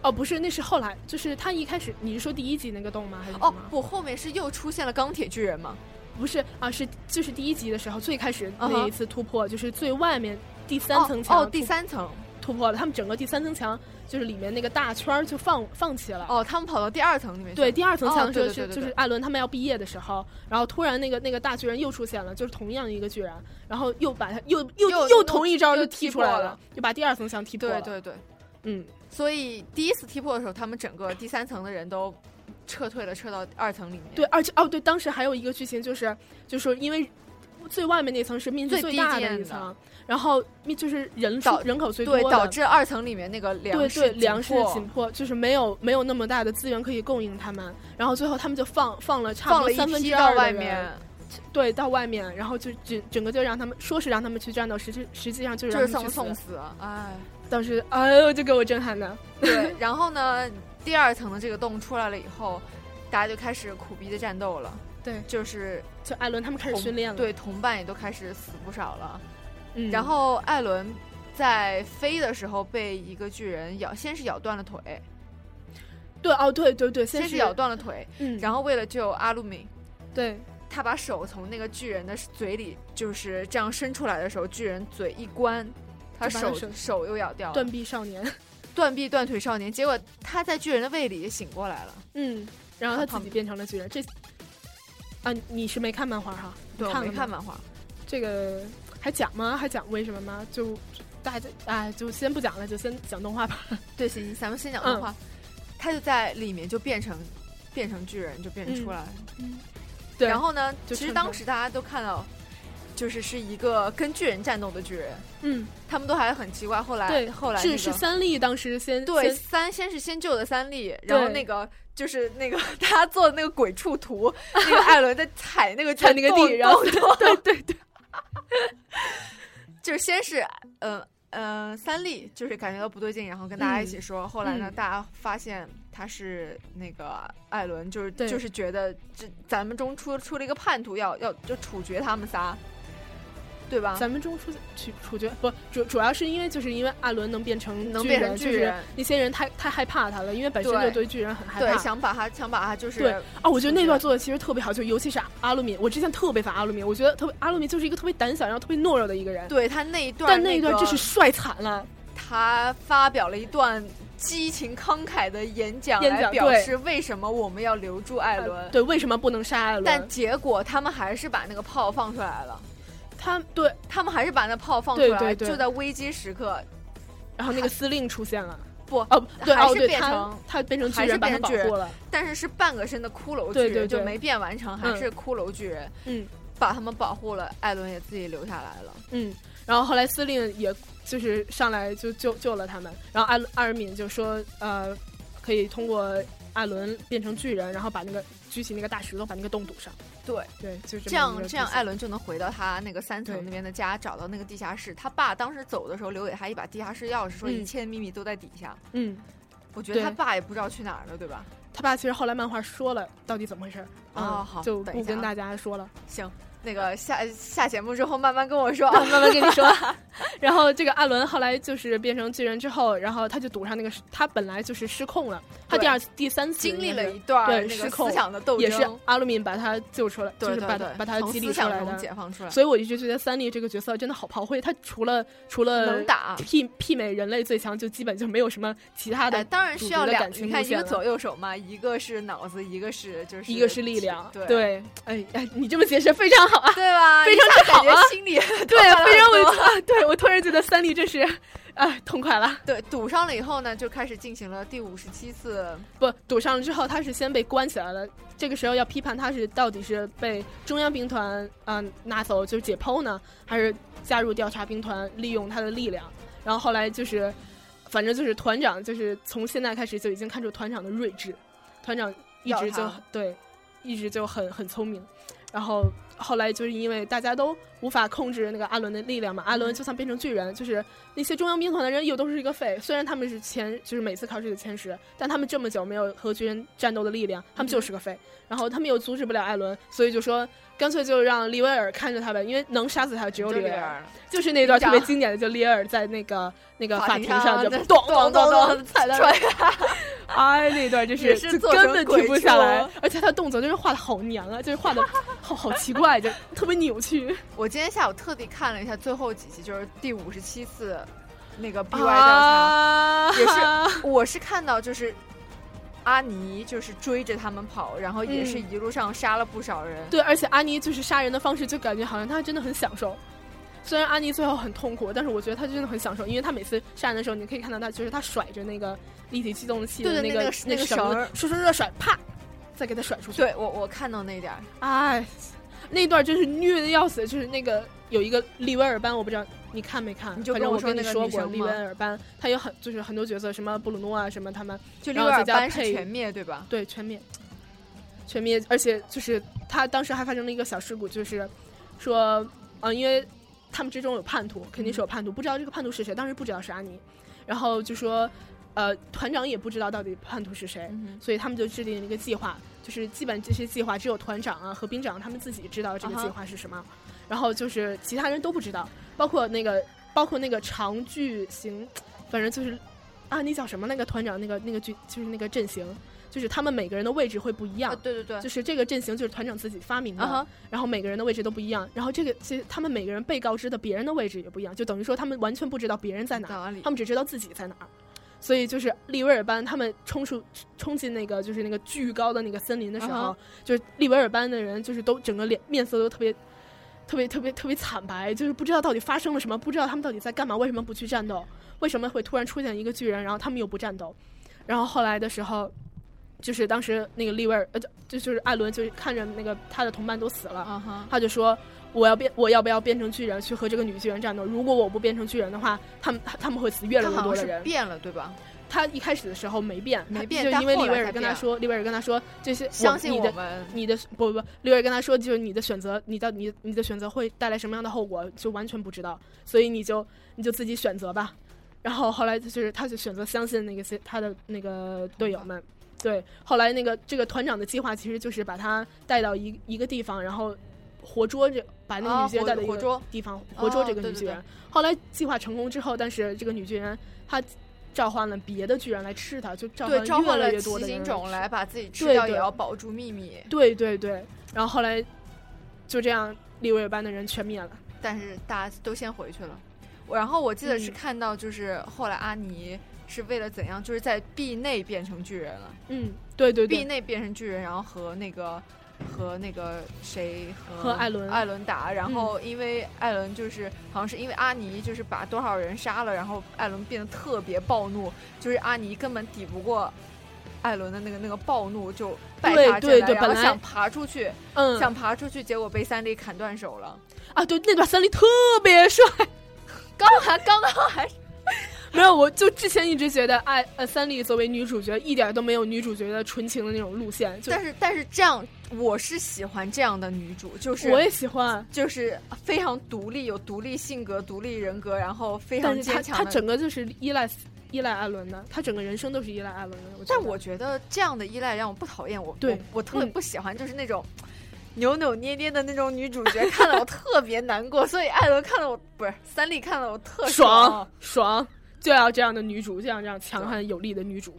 Speaker 8: 哦，不是，那是后来，就是他一开始，你是说第一集那个洞吗？还是
Speaker 7: 哦，不，后面是又出现了钢铁巨人吗？
Speaker 8: 不是啊，是就是第一集的时候最开始那一次突破，就是最外面第三层墙
Speaker 7: 嗯哦，第三层
Speaker 8: 突破了，他们整个第三层墙就是里面那个大圈儿就放放弃了。
Speaker 7: 哦，他们跑到第二层里面。
Speaker 8: 对，第二层墙的时候
Speaker 7: 哦对对
Speaker 8: 就
Speaker 7: 对对
Speaker 8: 就
Speaker 7: 对
Speaker 8: 是艾伦他们要毕业的时候，然后突然那个那个大巨人又出现了，就是同样一个巨人，然后又把他又又
Speaker 7: 又
Speaker 8: 又同一招
Speaker 7: 又
Speaker 8: 就
Speaker 7: 踢
Speaker 8: 踢出
Speaker 7: 破
Speaker 8: 来
Speaker 7: 了，
Speaker 8: 就把第二层墙踢破
Speaker 7: 对
Speaker 8: 了。
Speaker 7: 对对，
Speaker 8: 嗯，
Speaker 7: 所以第一次踢破的时候，他们整个第三层的人都撤退了，撤到二层里面。
Speaker 8: 对，而且哦，对，当时还有一个剧情就是，就是说因为最外面那层是面积
Speaker 7: 最低
Speaker 8: 大
Speaker 7: 贱
Speaker 8: 的一
Speaker 7: 的
Speaker 8: 层，然后面就是人数
Speaker 7: 导
Speaker 8: 人口最多
Speaker 7: 对，
Speaker 8: 的
Speaker 7: 导致二层里面那个粮
Speaker 8: 对
Speaker 7: 食
Speaker 8: 对
Speaker 7: 紧
Speaker 8: 粮食
Speaker 7: 迫
Speaker 8: 紧迫，就是没有没有那么大的资源可以供应他们，然后最后他们就放放了差
Speaker 7: 放
Speaker 8: 不多
Speaker 7: 了一
Speaker 8: 三分
Speaker 7: 批
Speaker 8: 之
Speaker 7: 到
Speaker 8: 二的
Speaker 7: 外
Speaker 8: 人
Speaker 7: 面，
Speaker 8: 对，到外面，然后就整整个就让他们说是让他们去战斗，实际实际上就
Speaker 7: 就是是
Speaker 8: 让他
Speaker 7: 送
Speaker 8: 们去
Speaker 7: 送死。哎，
Speaker 8: 当时哎呦，这给我震撼的。
Speaker 7: 对，然后呢，第二层的这个洞出来了以后，大家就开始苦逼的战斗了。
Speaker 8: 对，
Speaker 7: 就是
Speaker 8: 就艾伦他们开始
Speaker 7: 同
Speaker 8: 训练了
Speaker 7: 对，同伴也都开始死不少了。
Speaker 8: 嗯
Speaker 7: 然后艾伦在飞的时候被一个巨人咬，先是咬断了腿，
Speaker 8: 对哦，对对对，
Speaker 7: 先
Speaker 8: 是
Speaker 7: 是咬断了腿，
Speaker 8: 嗯
Speaker 7: 然后为了救阿鲁米，
Speaker 8: 对，
Speaker 7: 他把手从那个巨人的嘴里就是这样伸出来的时候，巨人嘴一关，他
Speaker 8: 就把他
Speaker 7: 手
Speaker 8: 手
Speaker 7: 手又咬掉了，
Speaker 8: 断臂少年。
Speaker 7: 断臂断腿少年，结果他在巨人的胃里也醒过来了。
Speaker 8: 嗯，然后他自己变成了巨人。这啊，你是没看漫画哈？
Speaker 7: 对
Speaker 8: 你
Speaker 7: 我
Speaker 8: 看
Speaker 7: 没
Speaker 8: 了吗
Speaker 7: 看漫画。
Speaker 8: 这个还讲吗？还讲为什么吗？就大家哎，就先不讲了，就先讲动画吧。
Speaker 7: 对，行，咱们先
Speaker 8: 嗯
Speaker 7: 讲动画，他就在里面就变成变成巨人，就变成出来。
Speaker 8: 嗯，对。
Speaker 7: 然后呢，
Speaker 8: 就
Speaker 7: 其实
Speaker 8: 穿透
Speaker 7: 当时大家都看到，就是是一个跟巨人战斗的巨人，
Speaker 8: 嗯，
Speaker 7: 他们都还很奇怪。后来
Speaker 8: 对，
Speaker 7: 后来、那
Speaker 8: 是
Speaker 7: 个
Speaker 8: 是三笠当时先
Speaker 7: 对
Speaker 8: 先
Speaker 7: 三先是先救的三笠，然后
Speaker 8: 对
Speaker 7: 那个就是那个 他做的那个鬼畜图，那个艾伦在踩那个
Speaker 8: 踩那个地，然后
Speaker 7: 对对对， 就是先是呃呃三笠，就是感觉到不对劲，然后跟大家一起说，
Speaker 14: 嗯
Speaker 7: 后来呢，
Speaker 14: 嗯
Speaker 7: 大家发现他是那个艾伦，就是
Speaker 14: 对
Speaker 7: 就是觉得这咱们中出出了一个叛徒要，要就处决他们仨，对吧？
Speaker 8: 咱们中出处处决不主主要是因为就是因为艾伦能变成
Speaker 7: 能
Speaker 8: 巨
Speaker 7: 变
Speaker 8: 人
Speaker 7: 成巨
Speaker 8: 就是
Speaker 7: 人
Speaker 8: 那些人太太害怕他了，因为本身
Speaker 7: 对
Speaker 8: 就对巨人很害怕，
Speaker 7: 对，想把他想把他就是
Speaker 8: 对啊，我觉得那段做的其实特别好，就尤其是阿鲁米，我之前特别烦阿鲁米，我觉得特别阿鲁米就是一个特别胆小，然后特别懦弱的一个人。
Speaker 7: 对他那一段
Speaker 8: 但
Speaker 7: 那
Speaker 8: 一段
Speaker 7: 个
Speaker 8: 真是帅惨了。
Speaker 7: 他发表了一段激情慷慨的演讲，
Speaker 8: 演
Speaker 7: 来
Speaker 8: 讲
Speaker 7: 表
Speaker 8: 对
Speaker 7: 示为什么我们要留住艾伦。
Speaker 8: 对，为什么不能杀艾伦？
Speaker 7: 但结果他们还是把那个炮放出来了。
Speaker 8: 他对
Speaker 7: 他们还是把那炮放出来，
Speaker 8: 对对对
Speaker 7: 就在危机时刻，
Speaker 8: 然后那个司令出现了，
Speaker 7: 不
Speaker 8: 哦对
Speaker 7: 还
Speaker 8: 哦
Speaker 7: 是
Speaker 8: 对
Speaker 7: 变
Speaker 8: 他
Speaker 7: 成
Speaker 8: 他变成巨
Speaker 7: 还是
Speaker 8: 人把
Speaker 7: 变
Speaker 8: 他
Speaker 7: 成巨
Speaker 8: 保护
Speaker 7: 人
Speaker 8: 了，
Speaker 7: 但是是半个身的骷髅巨
Speaker 8: 对对
Speaker 7: 人，
Speaker 8: 对
Speaker 7: 就没变完成，还
Speaker 8: 嗯
Speaker 7: 是骷髅巨人。
Speaker 8: 嗯，
Speaker 7: 把他们保护了，艾伦也自己留下来了。
Speaker 8: 嗯，然后后来司令也就是上来就救救了他们，然后艾伦艾尔敏就说呃，可以通过艾伦变成巨人，然后把那个举起那个大石头把那个洞堵上。
Speaker 7: 对
Speaker 8: 对，就是
Speaker 7: 这样，这样艾伦就能回到他那个三层那边的家，找到那个地下室。他爸当时走的时候留给他一把地下室钥匙，说
Speaker 8: 嗯
Speaker 7: 一切秘密都在底下。
Speaker 8: 嗯，
Speaker 7: 我觉得他
Speaker 8: 对
Speaker 7: 爸也不知道去哪儿了，对吧？
Speaker 8: 他爸其实后来漫画说了到底怎么回事儿，
Speaker 7: 哦
Speaker 8: 嗯
Speaker 7: 好
Speaker 8: 就
Speaker 7: 等一
Speaker 8: 不
Speaker 7: 下
Speaker 8: 跟
Speaker 7: 啊
Speaker 8: 大家说了。
Speaker 7: 行，那个下下节目之后慢慢跟我说，啊
Speaker 8: 慢慢跟你说。 然后这个艾伦后来就是变成巨人之后，然后他就赌上那个失，他本来就是失控了，他
Speaker 7: 对
Speaker 8: 第二次、第三次
Speaker 7: 经历
Speaker 8: 应该是
Speaker 7: 了一段
Speaker 8: 对
Speaker 7: 那个
Speaker 8: 失控
Speaker 7: 思想的斗争
Speaker 8: 也是阿鲁敏把他救出来，
Speaker 7: 对
Speaker 8: 就是把
Speaker 7: 对
Speaker 8: 他
Speaker 7: 对
Speaker 8: 把他
Speaker 7: 从
Speaker 8: 激
Speaker 7: 思
Speaker 8: 励出
Speaker 7: 想
Speaker 8: 来
Speaker 7: 中
Speaker 8: 的，
Speaker 7: 解放出来
Speaker 8: 所以我一直觉得三笠这个角色真的好炮灰，他除了除了
Speaker 7: 能打
Speaker 8: 媲媲美人类最强，就基本就没有什么其他的、
Speaker 7: 哎，当然需要两
Speaker 8: 感，情
Speaker 7: 你看
Speaker 8: 路
Speaker 7: 一个
Speaker 8: 线了
Speaker 7: 左右手嘛，一个是脑子，一个是就是
Speaker 8: 一个是力量，
Speaker 7: 对，
Speaker 8: 哎哎，你这么解释非常好啊，
Speaker 7: 对吧？
Speaker 8: 非常
Speaker 7: 一
Speaker 8: 之
Speaker 7: 下
Speaker 8: 好
Speaker 7: 感
Speaker 8: 啊
Speaker 7: 觉，心里
Speaker 8: 对，非常
Speaker 7: 稳
Speaker 8: 我啊，对我突然觉得三笠真是，啊，痛快了。
Speaker 7: 对，堵上了以后呢，就开始进行了第五十七次，
Speaker 8: 不堵上了之后，他是先被关起来了。这个时候要批判他是到底是被中央兵团啊、拿走，就是解剖呢，还是加入调查兵团，利用他的力量？然后后来就是，反正就是团长，就是从现在开始就已经看出团长的睿智，团长一
Speaker 7: 要
Speaker 8: 直就
Speaker 7: 他
Speaker 8: 对，一直就很很聪明。然后后来就是因为大家都无法控制那个阿伦的力量嘛，阿伦就算变成巨人，就是那些中央兵团的人又都是一个废。虽然他们是前，就是每次考试的前十，但他们这么久没有和巨人战斗的力量，他们就是个废。然后他们又阻止不了艾伦，所以就说干脆就让利威尔看着他呗，因为能杀死他只有利威尔。就是那段特别经典的，就利威尔在那个那个法庭上就咚咚咚咚踩到， 哎，那段就是就根本停不下来，而且他动作就是画的好娘啊，就是画的好好奇怪，就特别扭 曲。
Speaker 7: 我今天下午特地看了一下最后几集，就是第五十七次那
Speaker 8: 啊
Speaker 7: 个 BY 调
Speaker 8: 查，
Speaker 7: 也是我是看到就是。阿尼就是追着他们跑，然后也是一路上杀了不少人。嗯、
Speaker 8: 嗯对，而且阿尼就是杀人的方式，就感觉好像他真的很享受。虽然阿尼最后很痛苦，但是我觉得他真的很享受，因为他每次杀人的时候，你可以看到他就是他甩着那个立体机动器的
Speaker 7: 那
Speaker 8: 个
Speaker 7: 那
Speaker 8: 个
Speaker 7: 绳，
Speaker 8: 甩甩甩甩，啪，再给他甩出去。
Speaker 7: 对我我看到那点儿，
Speaker 8: 哎，那段真是虐的要死，就是那个有一个利威尔班，我不知道。你看没看？
Speaker 7: 你就
Speaker 8: 反正我
Speaker 7: 跟
Speaker 8: 你
Speaker 7: 说
Speaker 8: 过，利维尔班他有很就是很多角色，什么布鲁诺啊，什么他们，
Speaker 7: 就
Speaker 8: 利维尔
Speaker 7: 班是全灭对吧？
Speaker 8: 对，全灭，全灭，而且就是他当时还发生了一个小事故，就是说，嗯、呃，因为他们之中有叛徒，肯定是有叛徒，嗯、不知道这个叛徒是谁，当时不知道是阿尼，然后就说，呃，团长也不知道到底叛徒是谁，
Speaker 7: 嗯、
Speaker 8: 所以他们就制定了一个计划，就是基本这些计划只有团长啊和兵长他们自己知道这
Speaker 7: 啊
Speaker 8: 个计划是什么。Uh huh 然后就是其他人都不知道，包括那个，包括那个长巨型，反正就是啊，那叫什么？那个团长，那个那个巨，就是那个阵型，就是他们每个人的位置会不一样。
Speaker 7: 啊、对对对，
Speaker 8: 就是这个阵型就是团长自己发明的，
Speaker 7: 啊、
Speaker 8: 然后每个人的位置都不一样。然后这个其实他们每个人被告知的别人的位置也不一样，就等于说他们完全不知道别人在哪儿，他们只知道自己在哪儿。所以就是利维尔班他们冲出冲进那个就是那个巨高的那个森林的时候，
Speaker 7: 啊、
Speaker 8: 就是利维尔班的人就是都整个脸面色都特别。特别特别特别惨白，就是不知道到底发生了什么，不知道他们到底在干嘛，为什么不去战斗，为什么会突然出现一个巨人，然后他们又不战斗，然后后来的时候，就是当时那个利威尔，呃，就就是艾伦，就是看着那个他的同伴都死了
Speaker 7: ，uh huh.
Speaker 8: 他就说我要变，我要不要变成巨人去和这个女巨人战斗？如果我不变成巨人的话，他们他们会死越来越多的人。
Speaker 7: 变了，对吧？
Speaker 8: 他一开始的时候没变，
Speaker 7: 没变，
Speaker 8: 就因为利维尔跟他说，利维尔跟他说这些，
Speaker 7: 相信
Speaker 8: 我们，你的不不不，利维尔跟他说就是你的选择，你到你你的选择会带来什么样的后果，就完全不知道，所以你就你就自己选择吧。然后后来就是他就选择相信那个他的那个队友们，对，后来那个这个团长的计划其实就是把他带到一一个地方，然后活捉这把那个
Speaker 7: 哦
Speaker 8: 女巨人带到一个地方，活捉这个女巨人。后来计划成功之后，但是这个女巨人她。召唤了别的巨人来吃它，就召
Speaker 7: 唤
Speaker 8: 越来越多
Speaker 7: 的
Speaker 8: 人
Speaker 7: 种来把自己吃掉，也要保住秘密。
Speaker 8: 对对对，然后后来就这样，利维尔班的人全灭了，
Speaker 7: 但是大家都先回去了。然后我记得
Speaker 8: 嗯
Speaker 7: 是看到，就是后来阿尼是为了怎样，就是在壁内变成巨人了。
Speaker 8: 嗯，对对对，
Speaker 7: 壁内变成巨人，然后和那个和那个谁
Speaker 8: 和艾伦嗯
Speaker 7: 艾伦打，然后因为艾伦就是好像是因为阿尼就是把多少人杀了，然后艾伦变得特别暴怒，就是阿尼根本抵不过艾伦的那个那个暴怒，就败下
Speaker 8: 阵来，
Speaker 7: 然后想爬出去，
Speaker 8: 嗯，
Speaker 7: 想爬出去，结果被三笠砍断手了。
Speaker 8: 啊，对，那段三笠特别帅，
Speaker 7: 刚还刚刚还。
Speaker 8: 没有，我就之前一直觉得艾呃三笠作为女主角一点都没有女主角的纯情的那种路线，就
Speaker 7: 但是但是这样我是喜欢这样的女主，就是
Speaker 8: 我也喜欢，
Speaker 7: 就是非常独立，有独立性格、独立人格，然后非常坚强
Speaker 8: 她。她整个就是依赖依赖艾伦的，她整个人生都是依赖艾伦的。我
Speaker 7: 但我觉得这样的依赖让我不讨厌我，我我特别不喜欢，就是那种。扭扭捏捏的那种女主角，看得我特别难过，所以艾伦看得我不是三笠看得我特
Speaker 8: 爽爽，就要这样的女主，这样这样强悍有力的女主，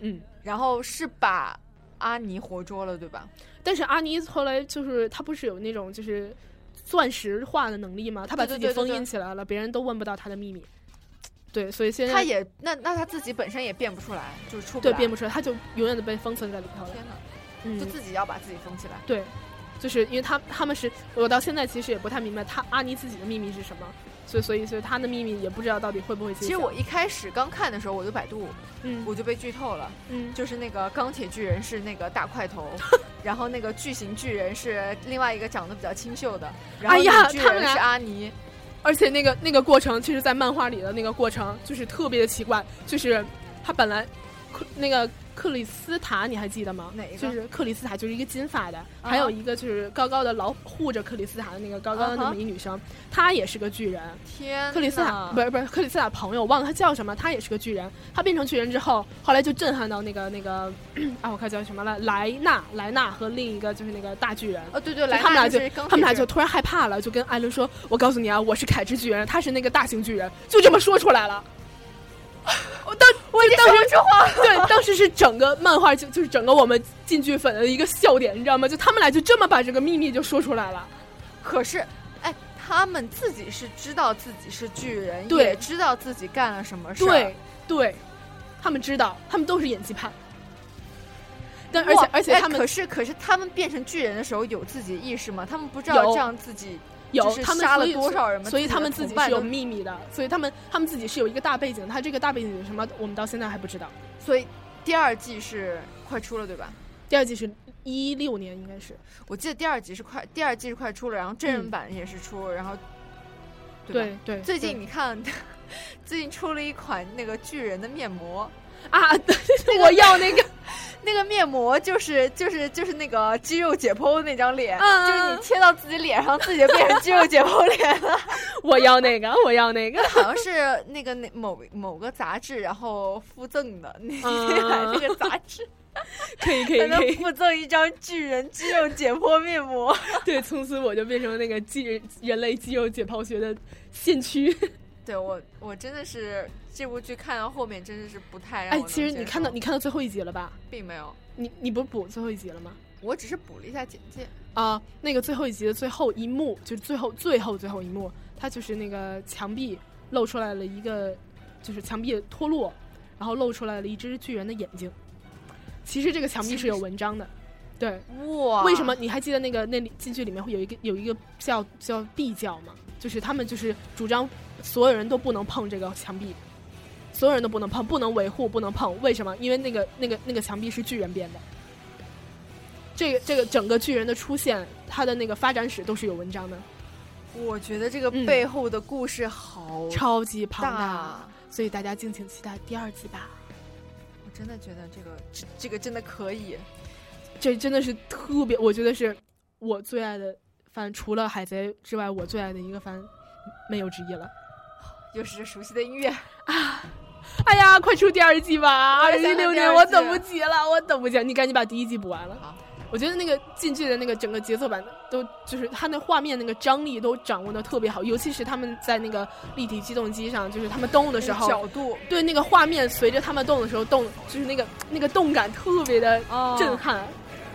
Speaker 8: 嗯，
Speaker 7: 然后是把阿尼活捉了，对吧？
Speaker 8: 但是阿尼后来就是她不是有那种就是钻石化的能力吗？她把自己封印起来了，
Speaker 7: 对对对
Speaker 8: 别人都问不到她的秘密。对，所以现在
Speaker 7: 她也那那她自己本身也变不出来，就是出
Speaker 8: 对变不出来，她就永远的被封存在里头了。
Speaker 7: 天哪，
Speaker 8: 嗯，
Speaker 7: 就自己要把自己封起来。
Speaker 8: 对。就是因为他他们是我到现在其实也不太明白他阿尼自己的秘密是什么，所以所以所以他的秘密也不知道到底会不会。
Speaker 7: 其实我一开始刚看的时候我就百度，
Speaker 8: 嗯，
Speaker 7: 我就被剧透了，
Speaker 8: 嗯，
Speaker 7: 就是那个钢铁巨人是那个大块 头，然后那个巨型巨人是另外一个长得比较清秀的，然后巨人是阿尼，
Speaker 8: 哎、而且那个那个过程其实，在漫画里的那个过程就是特别的奇怪，就是他本来那个。克里斯塔，你还记得吗？
Speaker 7: 哪一个
Speaker 8: 就
Speaker 7: 啊
Speaker 8: 是克里斯塔，就是一个金发的，还有一个就是高高的老护着克里斯塔的那个高高的那么一女生，她也是个巨人。
Speaker 7: 天，
Speaker 8: 克里斯塔不是不是克里斯塔朋友，忘了他叫什么，他也是个巨人。他变成巨人之后，后来就震撼到那个那个 啊，我看叫什么了，莱纳莱纳和另一个就是那个大巨人。
Speaker 7: 哦对对
Speaker 8: 就
Speaker 7: 莱纳
Speaker 8: 他们俩
Speaker 7: 就是钢铁
Speaker 8: 他们俩
Speaker 7: 巨
Speaker 8: 就
Speaker 7: 人
Speaker 8: 突然害怕了，就跟艾伦说：“我告诉你啊，我是凯之巨人，他是那个大型巨人。”就这么说出来了。 我当我当时
Speaker 7: 说 话了
Speaker 8: 对，当时是整个漫画就就是整个我们进剧粉的一个笑点，你知道吗？就他们俩就这么把这个秘密就说出来了。
Speaker 7: 可是，哎，他们自己是知道自己是巨人，
Speaker 8: 对
Speaker 7: 也知道自己干了什么事儿
Speaker 8: 对，对，他们知道，他们都是演技派。但而
Speaker 7: 哇
Speaker 8: 且而且
Speaker 7: 哎
Speaker 8: 他们
Speaker 7: 可是可是他们变成巨人的时候有自己意识吗？他们不知道
Speaker 8: 有
Speaker 7: 这样自己
Speaker 8: 有
Speaker 7: 就是
Speaker 8: 他们
Speaker 7: 杀了
Speaker 8: 所以
Speaker 7: 多少人吗？
Speaker 8: 所以他们
Speaker 7: 自
Speaker 8: 自
Speaker 7: 己
Speaker 8: 己
Speaker 7: 的同伴
Speaker 8: 是有
Speaker 7: 都
Speaker 8: 秘密的，所以他们他们自己是有一个大背景，他这个大背景是什么，我们到现在还不知道。
Speaker 7: 所以第二季是快出了对吧？
Speaker 8: 第二季是一六年应该是，
Speaker 7: 我记得第二集是快，第二季是快出了，然后真人版也是出了，然后对吧
Speaker 8: 嗯对对
Speaker 7: 最近
Speaker 8: 对
Speaker 7: 你看， 最近出了一款那个巨人的面膜
Speaker 8: 啊，我要那 个
Speaker 7: 那个面膜，就是就是就是那个肌肉解剖的那张脸，
Speaker 8: 嗯
Speaker 7: 就是你贴到自己脸上，自己就变成肌肉解剖脸 了。
Speaker 8: 我要那个，啊我要那个，
Speaker 7: 好像是那个那某某个杂志，然后附赠的，你你买 那个杂志，
Speaker 8: 可嗯以可
Speaker 7: 还
Speaker 8: 以
Speaker 7: 能
Speaker 8: 可以，
Speaker 7: 附赠一张巨人肌肉解剖面膜。
Speaker 8: 对，从此我就变成那个肌人人类肌肉解剖学的先驱。
Speaker 7: 对我，我真的是这部剧看到后面，真的是不太让
Speaker 8: 哎
Speaker 7: 我，能
Speaker 8: 其实
Speaker 7: 接
Speaker 8: 你看到你看到最后一集了吧？
Speaker 7: 并没有，
Speaker 8: 你你不是补最后一集了吗？
Speaker 7: 我只是补了一下简介。
Speaker 8: 啊，那个最后一集的最后一幕，就是最后最后最后一幕，它就是那个墙壁露出来了一个，就是墙壁脱落，然后露出来了一只巨人的眼睛。其实这个墙壁是有文章的，对。
Speaker 7: 哇
Speaker 8: 为什么？你还记得那个那里进去里面会有一个有一个叫叫壁教吗？就是他们就是主张所有人都不能碰这个墙壁，所有人都不能碰，不能维护，不能碰。为什么？因为那个那个那个墙壁是巨人编的。这个这个整个巨人的出现，它的那个发展史都是有文章的，
Speaker 7: 我觉得这个背后的故事好
Speaker 8: 嗯超级庞
Speaker 7: 哦大
Speaker 8: 所以大家敬请期待第二季吧。
Speaker 7: 我真的觉得这个这这个真的可以。
Speaker 8: 这真的是特别，我觉得是我最爱的番，除了海贼之外，我最爱的一个番，没有之一了。
Speaker 7: 又是熟悉的音乐，
Speaker 8: 哎呀，快出第二季吧！
Speaker 7: 我
Speaker 8: 二
Speaker 7: 也
Speaker 8: 零一
Speaker 7: 想看
Speaker 8: 六
Speaker 7: 第
Speaker 8: 年，
Speaker 7: 二
Speaker 8: 我
Speaker 7: 季
Speaker 8: 等不及了，我等不及了。你赶紧把第一季补完了。我觉得那个进剧的那个整个节奏版都就是它那画面那个张力都掌握的特别好，尤其是他们在那个立体机动机上，就是他们动的时候，
Speaker 7: 那个角度
Speaker 8: 对那个画面随着他们动的时候动，就是那个那个动感特别的震撼，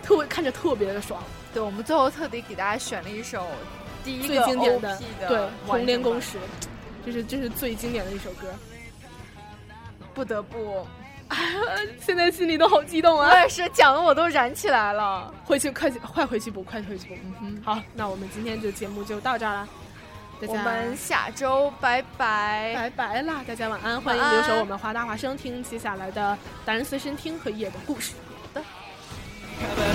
Speaker 8: 特别看着特别的爽。
Speaker 7: 对我们最后特地给大家选了一首第一
Speaker 8: 最
Speaker 7: 个
Speaker 8: 经典的
Speaker 7: OP
Speaker 8: 对《
Speaker 7: 完
Speaker 8: 红莲
Speaker 7: 整版
Speaker 8: 公使》，这是这是最经典的一首歌。
Speaker 7: 不得不，
Speaker 8: 现在心里都好激动啊！
Speaker 7: 我也哎是，讲的我都燃起来了。
Speaker 8: 回去快去快回去补，快回去补。嗯好，那我们今天这节目就到这儿了，大家
Speaker 7: 我们下周拜拜，
Speaker 8: 拜拜啦！大家晚安，欢
Speaker 7: 晚
Speaker 8: 迎
Speaker 7: 安
Speaker 8: 留守我们华大华声听接下来的达人随身听和夜的故事。好的。
Speaker 11: 「